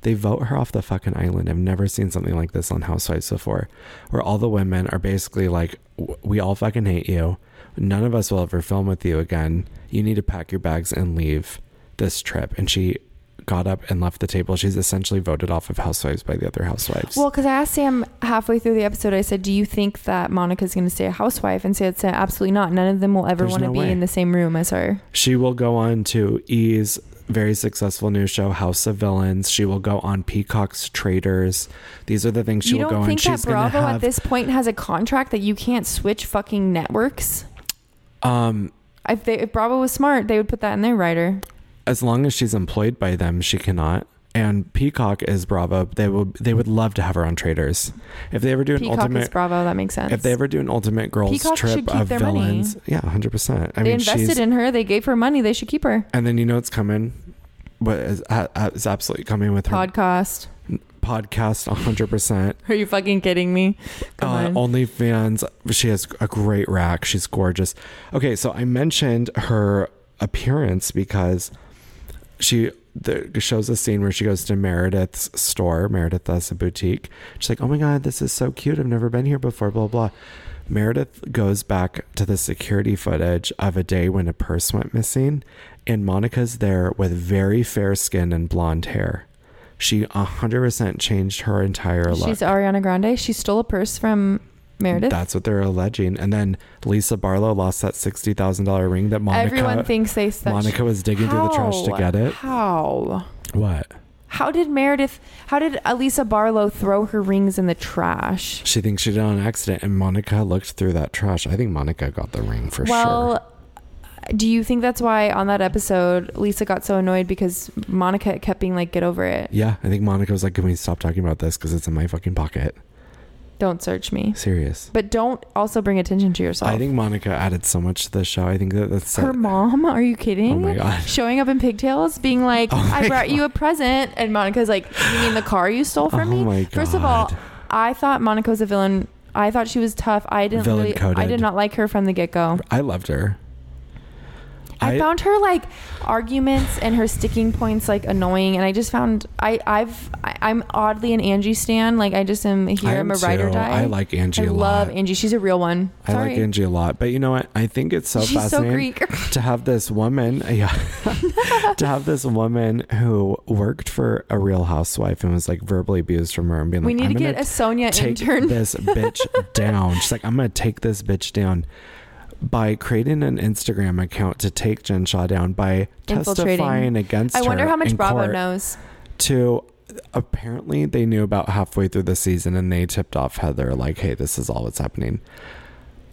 S1: They vote her off the fucking island. I've never seen something like this on Housewives before, where all the women are basically like, "W- "We all fucking hate you. None of us will ever film with you again. You need to pack your bags and leave this trip." And she got up and left the table. She's essentially voted off of Housewives by the other Housewives.
S2: Well, because I asked Sam halfway through the episode, I said, "Do you think that Monica's going to stay a housewife?" And Sam said, "Absolutely not. None of them will ever
S1: There's
S2: want to
S1: no
S2: be
S1: way.
S2: in the same room as her."
S1: She will go on to E's very successful new show, House of Villains. She will go on Peacock's Traitors. These are the things she
S2: you
S1: will go
S2: don't
S1: on.
S2: think that
S1: She's gonna
S2: Bravo at
S1: have
S2: this point has a contract that you can't switch fucking networks?
S1: um
S2: If, they, if Bravo was smart, they would put that in their writer.
S1: as long as she's employed by them, she cannot. And Peacock is Bravo. They will they would love to have her on Traitors. If they ever do an
S2: Peacock is
S1: ultimate
S2: Bravo. That makes sense.
S1: if they ever do an ultimate girls
S2: Peacock should
S1: trip
S2: keep
S1: of
S2: their money.
S1: villains, yeah, hundred percent. I
S2: they
S1: mean, she's
S2: invested in her. They gave her money. They should keep her.
S1: and then you know it's coming, but is, uh, uh, is absolutely coming with her
S2: Podcast.
S1: podcast, hundred percent.
S2: Are you fucking kidding me? Come
S1: uh,
S2: on.
S1: OnlyFans. She has a great rack. She's gorgeous. Okay, so I mentioned her appearance because she the, shows a scene where she goes to Meredith's store. Meredith has a boutique. She's like, "Oh my god, this is so cute. I've never been here before." Blah blah. Meredith goes back to the security footage of a day when a purse went missing, and Monica's there with very fair skin and blonde hair. She 100% changed her entire life.
S2: She's Ariana Grande. She stole a purse from Meredith.
S1: That's what they're alleging. And then Lisa Barlow lost that sixty thousand dollar ring that Monica
S2: Everyone thinks they that
S1: Monica was digging through the trash to
S2: How?
S1: get it.
S2: How?
S1: What?
S2: How did Meredith? How did Elisa Barlow throw her rings in the trash?
S1: She thinks she did it on accident, and Monica looked through that trash. I think Monica got the ring for
S2: well,
S1: sure.
S2: do you think that's why on that episode Lisa got so annoyed because Monica kept being like, "Get over it!
S1: Yeah, I think Monica was like, "Can we stop talking about this? Because it's in my fucking pocket."
S2: Don't search me."
S1: Serious.
S2: But don't also bring attention to yourself.
S1: I think Monica added so much to the show. I think that that's
S2: Oh. her mom. Are you kidding?
S1: Oh my god.
S2: Showing up in pigtails, being like,
S1: Oh
S2: "I
S1: my
S2: brought you a present," and Monica's like, "You mean the car you stole from
S1: oh
S2: me?"
S1: my god.
S2: First of all, I thought Monica was a villain. I thought she was tough. I didn't
S1: Villain
S2: really, I
S1: coded.
S2: did not like her from the get go.
S1: I loved her.
S2: I, found her like arguments and her sticking points like annoying, and I just found I I've I, I'm oddly an Angie stan. Like I just am here.
S1: I am
S2: I'm a ride or
S1: too.
S2: die.
S1: I like Angie
S2: I
S1: a lot.
S2: love Angie. She's a real one.
S1: I
S2: Sorry.
S1: like Angie a lot, but you know what? I think it's so
S2: She's so
S1: fascinating
S2: Greek.
S1: to have this woman, yeah, to have this woman who worked for a Real Housewife and was like verbally abused from her and being
S2: we
S1: like,
S2: need to
S1: "I'm
S2: get
S1: gonna
S2: a Sonia
S1: take
S2: intern.
S1: this bitch down." She's like, "I'm gonna take this bitch down." By creating an Instagram account to take Jen Shaw down by
S2: Infiltrating.
S1: testifying against
S2: I wonder
S1: her
S2: how much
S1: in
S2: Bravo
S1: court
S2: knows.
S1: to apparently they knew about halfway through the season and they tipped off Heather like, "Hey, this is all what's happening."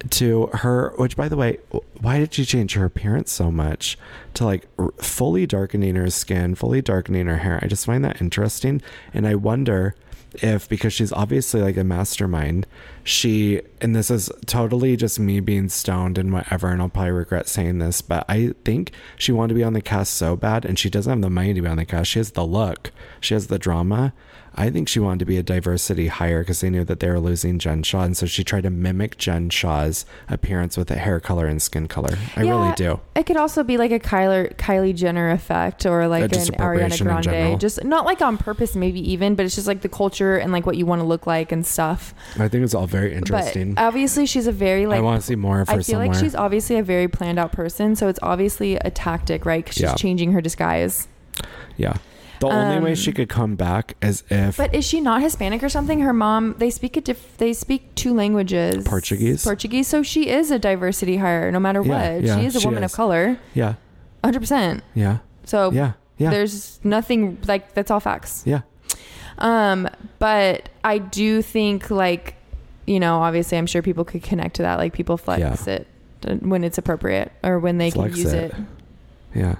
S1: To her, which by the way, why did she change her appearance so much? To like r- fully darkening her skin, fully darkening her hair. I just find that interesting, and I wonder if because she's obviously like a mastermind, she and this is totally just me being stoned and whatever, and I'll probably regret saying this, but I think she wanted to be on the cast so bad, and she doesn't have the money to be on the cast. She has the look, she has the drama. I think she wanted to be a diversity hire because they knew that they were losing Jen Shaw, and so she tried to mimic Jen Shaw's appearance with the hair color and skin color. I really
S2: Yeah,
S1: do.
S2: It could also be like a Kyler, Kylie Jenner effect or like
S1: just
S2: an Ariana
S1: appropriation in general.
S2: Grande. Just not like on purpose, maybe even, but it's just like the culture and like what you want to look like and stuff.
S1: I think it's all very
S2: But
S1: interesting.
S2: obviously, she's a very
S1: I
S2: like.
S1: want to see more of her
S2: I feel
S1: somewhere.
S2: like she's obviously a very planned out person, so it's obviously a tactic, right? 'Cause she's
S1: Yeah.
S2: changing her disguise.
S1: yeah. The only way
S2: Um,
S1: she could come back is if
S2: But is she not Hispanic or something? Her mom, they speak a diff- they speak two languages,
S1: Portuguese.
S2: Portuguese. So she is a diversity hire, no matter
S1: Yeah,
S2: what.
S1: yeah,
S2: she is a
S1: she
S2: woman
S1: is.
S2: of color,
S1: yeah,
S2: hundred percent.
S1: yeah,
S2: So
S1: yeah, yeah.
S2: Oh, There's nothing like that's all facts.
S1: Yeah.
S2: Um, but I do think like, you know, obviously I'm sure people could connect to that. Like people uh, flex it when it's appropriate or when they
S1: Flex
S2: can use it.
S1: it. Yeah.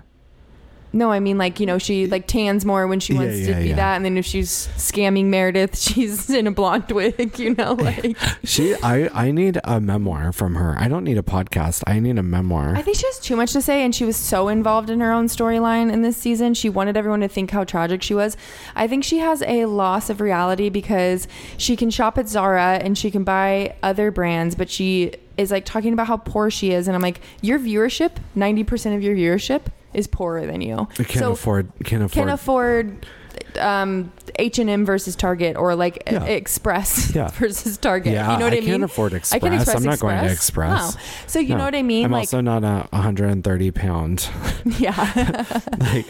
S2: No, I mean like you know she like tans more when she
S1: Yeah,
S2: wants
S1: yeah,
S2: to be
S1: yeah.
S2: that, and then if she's scamming Meredith, she's in a blonde wig. You know, like
S1: She, I, I need a memoir from her. I don't need a podcast. I need a memoir.
S2: I think she has too much to say, and she was so involved in her own storyline in this season. She wanted everyone to think how tragic she was. I think she has a loss of reality because she can shop at Zara and she can buy other brands, but she is like talking about how poor she is. And I'm like, your viewership, 90% of your viewership is poorer than you.
S1: I can't
S2: so
S1: afford. Can't afford.
S2: can afford um h&m versus target or like e,
S1: Yeah.
S2: express
S1: Yeah.
S2: versus target
S1: yeah,
S2: you know what i,
S1: I,
S2: mean
S1: can't afford express.
S2: can
S1: I'm not going to express.
S2: No. so you
S1: No.
S2: know what i mean
S1: I'm
S2: like
S1: also not a 130 pound
S2: yeah
S1: like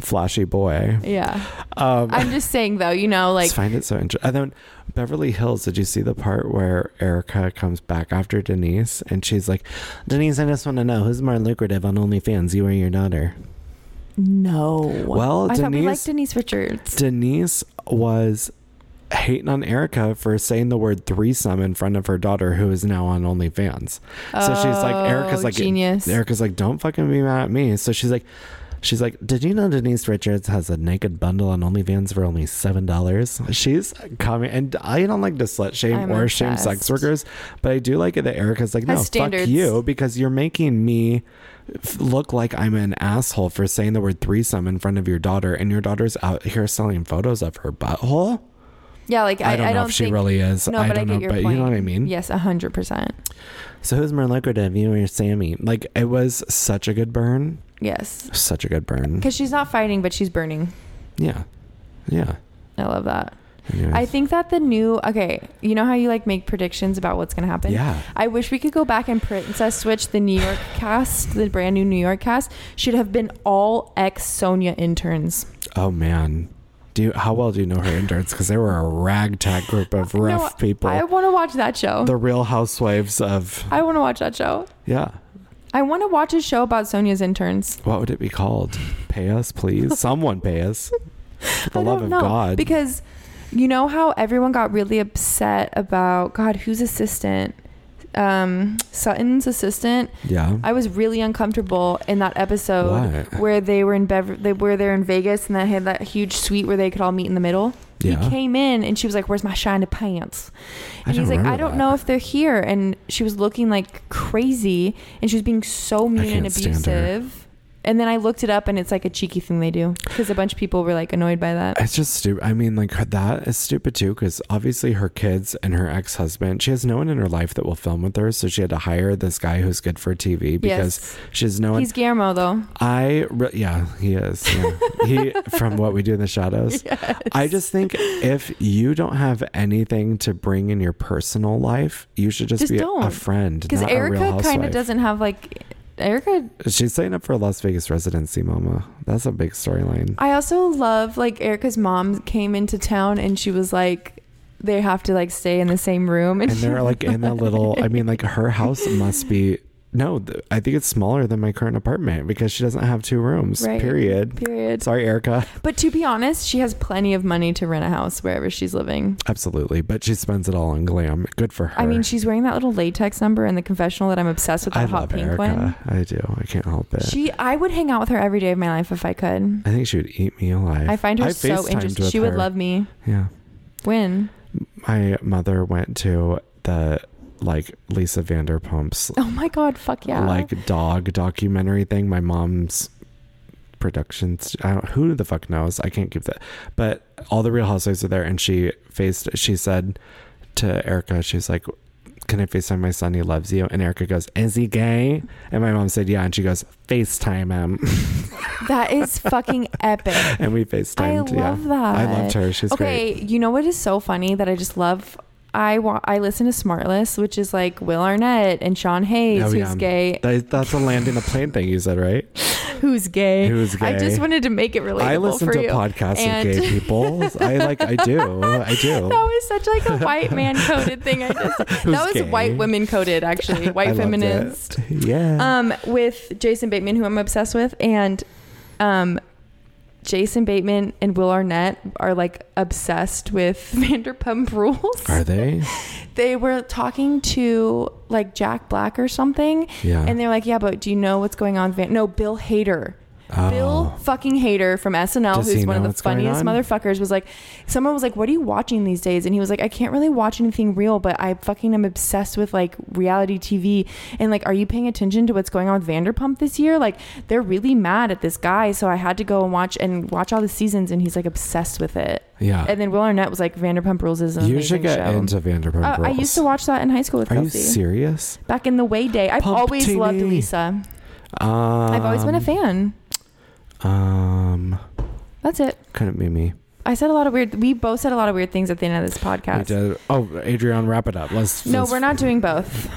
S1: flashy boy.
S2: yeah
S1: Um,
S2: i'm just saying though you know like
S1: just find it so interesting. And then Beverly Hills, did you see the part where Erica comes back after Denise and she's like, Denise, I just want to know who's more lucrative on OnlyFans, you or your daughter?
S2: no
S1: Well,
S2: i thought we
S1: Denise,
S2: liked denise richards
S1: Denise was hating on Erica for saying the word threesome in front of her daughter, who is now on OnlyFans. So she's like,
S2: Oh,
S1: Erica's like,
S2: genius
S1: Erica's like, don't fucking be mad at me. So she's like, she's like, did you know Denise Richards has a naked bundle on OnlyFans for only seven dollars? She's coming, and I don't like to slut shame
S2: I'm
S1: or shame sex
S2: obsessed.
S1: workers, but I do like it that Erica's like, no,
S2: Has
S1: fuck
S2: standards.
S1: you, because you're making me f- look like I'm an asshole for saying the word threesome in front of your daughter, and your daughter's out here selling photos of her butthole.
S2: yeah like i,
S1: I, don't know if she
S2: think
S1: really is.
S2: no,
S1: I
S2: but I
S1: don't
S2: get
S1: know,
S2: your
S1: but you know
S2: point.
S1: what I mean.
S2: yes 100%
S1: So who's more lucrative, you or Sammy? Like it was such a good burn,
S2: yes
S1: such a good burn.
S2: because she's not fighting but she's burning
S1: Yeah, yeah.
S2: i love that
S1: Anyways.
S2: I think that the new okay, you know how you like make predictions about what's gonna happen.
S1: yeah.
S2: I wish we could go back and Princess Switch the New York cast, the brand new New York cast should have been all ex Sonia interns.
S1: Oh man, do you, how well do you know her interns? Because they were a ragtag group of rough
S2: No,
S1: people.
S2: I want to watch that show.
S1: the Real Housewives of
S2: I want to watch that show.
S1: yeah.
S2: I want to watch a show about Sonia's interns.
S1: What would it be called? Pay us, please. Someone pay us. For the
S2: I
S1: love
S2: don't
S1: of
S2: know,
S1: God.
S2: because you know how everyone got really upset about God, whose assistant, um, Sutton's assistant.
S1: yeah.
S2: I was really uncomfortable in that episode.
S1: What?
S2: where they were in Bev- they were there in Vegas and they had that huge suite where they could all meet in the middle. He
S1: Yeah.
S2: came in and she was like, "Where's my shiny pants?"
S1: I
S2: And
S1: don't
S2: he's like, "I
S1: remember
S2: don't
S1: that.
S2: know if they're here." And she was looking like crazy and she was being so mean and
S1: can't stand her.
S2: abusive. And then I looked it up and it's like a cheeky thing they do because a bunch of people were like annoyed by that.
S1: It's just stupid. I mean, like her, that is stupid too, because obviously her kids and her ex husband. She has no one in her life that will film with her, so she had to hire this guy who's good for TV because
S2: yes.
S1: she has no one.
S2: He's Guillermo though.
S1: I re- yeah, he is. Yeah. he from what we do in the shadows. I just think if you don't have anything to bring in your personal life, you should just,
S2: Just
S1: be a- a
S2: don't.
S1: friend.
S2: Because
S1: not a Real
S2: Erica kind of
S1: Housewife.
S2: doesn't have like Erica
S1: She's signing up for Las Vegas residency, Mama. That's a big storyline.
S2: I also love like Erica's mom came into town and she was like, they have to like stay in the same room.
S1: And
S2: And,
S1: they're like in a little. I mean, like her house must be. No, th- I think it's smaller than my current apartment because she doesn't have two rooms.
S2: Right.
S1: Period.
S2: period.
S1: Sorry, Erica.
S2: But to be honest, she has plenty of money to rent a house wherever she's living.
S1: Absolutely, but she spends it all on glam. Good for her.
S2: I mean, she's wearing that little latex number in the confessional that I'm obsessed with. That
S1: I
S2: hot
S1: love
S2: pink
S1: Erica.
S2: one.
S1: I do. I can't help it.
S2: She, I would hang out with her every day of my life if I could.
S1: I think she would eat me alive.
S2: I find her
S1: I
S2: so
S1: FaceTimed
S2: interesting.
S1: with
S2: She would
S1: her.
S2: love me.
S1: yeah.
S2: When?
S1: My mother went to the like Lisa Vanderpump's
S2: Oh my God! Fuck yeah!
S1: like dog documentary thing. My mom's productions. I don't who the fuck knows. I can't keep that. But all the Real Housewives are there, and she faced. She said to Erica, she's like. Can I FaceTime my son? He loves you. And Erica goes, Is he gay? And my mom said, Yeah. And she goes, FaceTime him.
S2: that is fucking epic.
S1: and we
S2: I
S1: FaceTimed. yeah.
S2: love that.
S1: I loved her. She's great.
S2: okay, you know what is so funny that I just love. I wa- I listen to Smartless, which is like Will Arnett and Sean Hayes,
S1: Oh,
S2: who's
S1: yeah.
S2: gay,
S1: That, that's a landing a plane thing you said, right?
S2: who's gay.
S1: Who's gay?
S2: I just wanted to make it relatable
S1: I listen
S2: for
S1: to
S2: you.
S1: podcasts
S2: And-
S1: of gay people. I like. I do. I
S2: that
S1: do.
S2: was such like a white man coded thing. I just that
S1: Who's
S2: was
S1: gay?
S2: white women coded actually,
S1: I
S2: white
S1: loved it.
S2: feminist.
S1: Yeah.
S2: um, with Jason Bateman, who I'm obsessed with, and um, Jason Bateman and Will Arnett are like obsessed with Vanderpump Rules.
S1: Are they?
S2: they were talking to like Jack Black or something,
S1: Yeah.
S2: and they're like, "Yeah, but do you know what's going on?" with Van no, Bill Hader. Bill
S1: Oh.
S2: fucking Hader from SNL,
S1: Does
S2: who's
S1: he
S2: one of
S1: know
S2: the
S1: what's going
S2: funniest
S1: on?
S2: motherfuckers, was like, someone was like, "What are you watching these days?" And he was like, "I can't really watch anything real, but I fucking am obsessed with like reality TV and like, are you paying attention to what's going on with Vanderpump this year? Like, they're really mad at this guy, so I had to go and watch and watch all the seasons, and he's like obsessed with it.
S1: Yeah.
S2: And then Will Arnett was like, "Vanderpump Rules is an
S1: you
S2: amazing
S1: should Uh. get um,
S2: show."
S1: into Vanderpump
S2: Uh,
S1: Rules.
S2: I used to watch that in high school with
S1: Are you
S2: Kelsey.
S1: serious?
S2: Back in the way day, I've
S1: Pump
S2: always loved
S1: TV.
S2: Lisa.
S1: Um,
S2: I've always been a fan.
S1: Um,
S2: That's it.
S1: couldn't be me.
S2: I said a lot of weird. We both said a lot of weird things at the end of this
S1: We
S2: podcast.
S1: did. Oh, Adrian, wrap it up. Let's.
S2: No,
S1: let's-
S2: we're not doing both.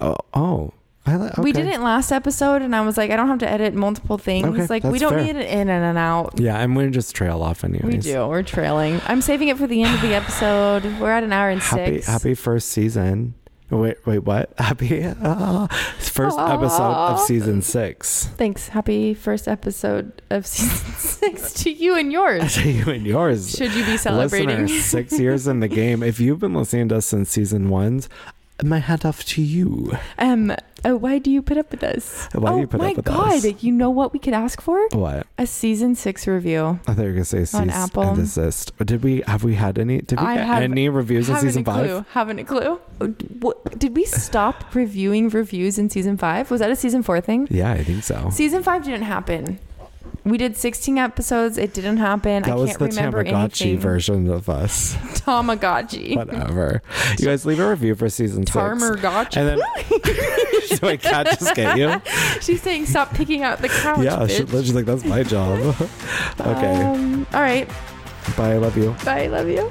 S1: Oh, oh. I li- okay.
S2: We didn't last episode, and I was like, I don't have to edit multiple things.
S1: Okay,
S2: like we
S1: that's
S2: don't
S1: fair.
S2: need an in and an out.
S1: Yeah, and we just trail off anyways.
S2: We do. We're trailing. I'm saving it for the end of the episode. We're at an hour and
S1: Happy,
S2: six.
S1: happy first season. Wait, wait, what? Happy uh, first
S2: Aw.
S1: episode of season six.
S2: Thanks. Happy first episode of season six to you and yours.
S1: To you and yours.
S2: Should you be celebrating?
S1: Listeners, six years in the game. If you've been listening to us since season ones, my hat off to you.
S2: Um. Oh, why do you put up with us?
S1: Why do
S2: oh
S1: you put
S2: my
S1: up with
S2: God!
S1: us?
S2: You know what we could ask for?
S1: What?
S2: A season six review.
S1: I thought you were gonna say cease
S2: Apple.
S1: and desist. Did we have we had any? Did we
S2: I
S1: get
S2: have-
S1: any reviews in
S2: Haven't
S1: season
S2: a
S1: five?
S2: Clue. Haven't a clue. Oh, What, did we stop reviewing reviews in season five? Was that a season four thing?
S1: Yeah, I think so.
S2: Season five didn't happen. We did 16 episodes. It didn't happen. I
S1: that was
S2: can't
S1: the
S2: remember
S1: Tamagotchi
S2: anything.
S1: version of us.
S2: Tamagotchi.
S1: Whatever. you guys leave a review for season six.
S2: Tarmagotchi.
S1: And then, so I can't just get you.
S2: She's saying, stop picking out the couch,
S1: Yeah, she,
S2: bitch.
S1: she's like, that's my job. okay.
S2: Um, all right.
S1: Bye. I love you.
S2: Bye. Love you.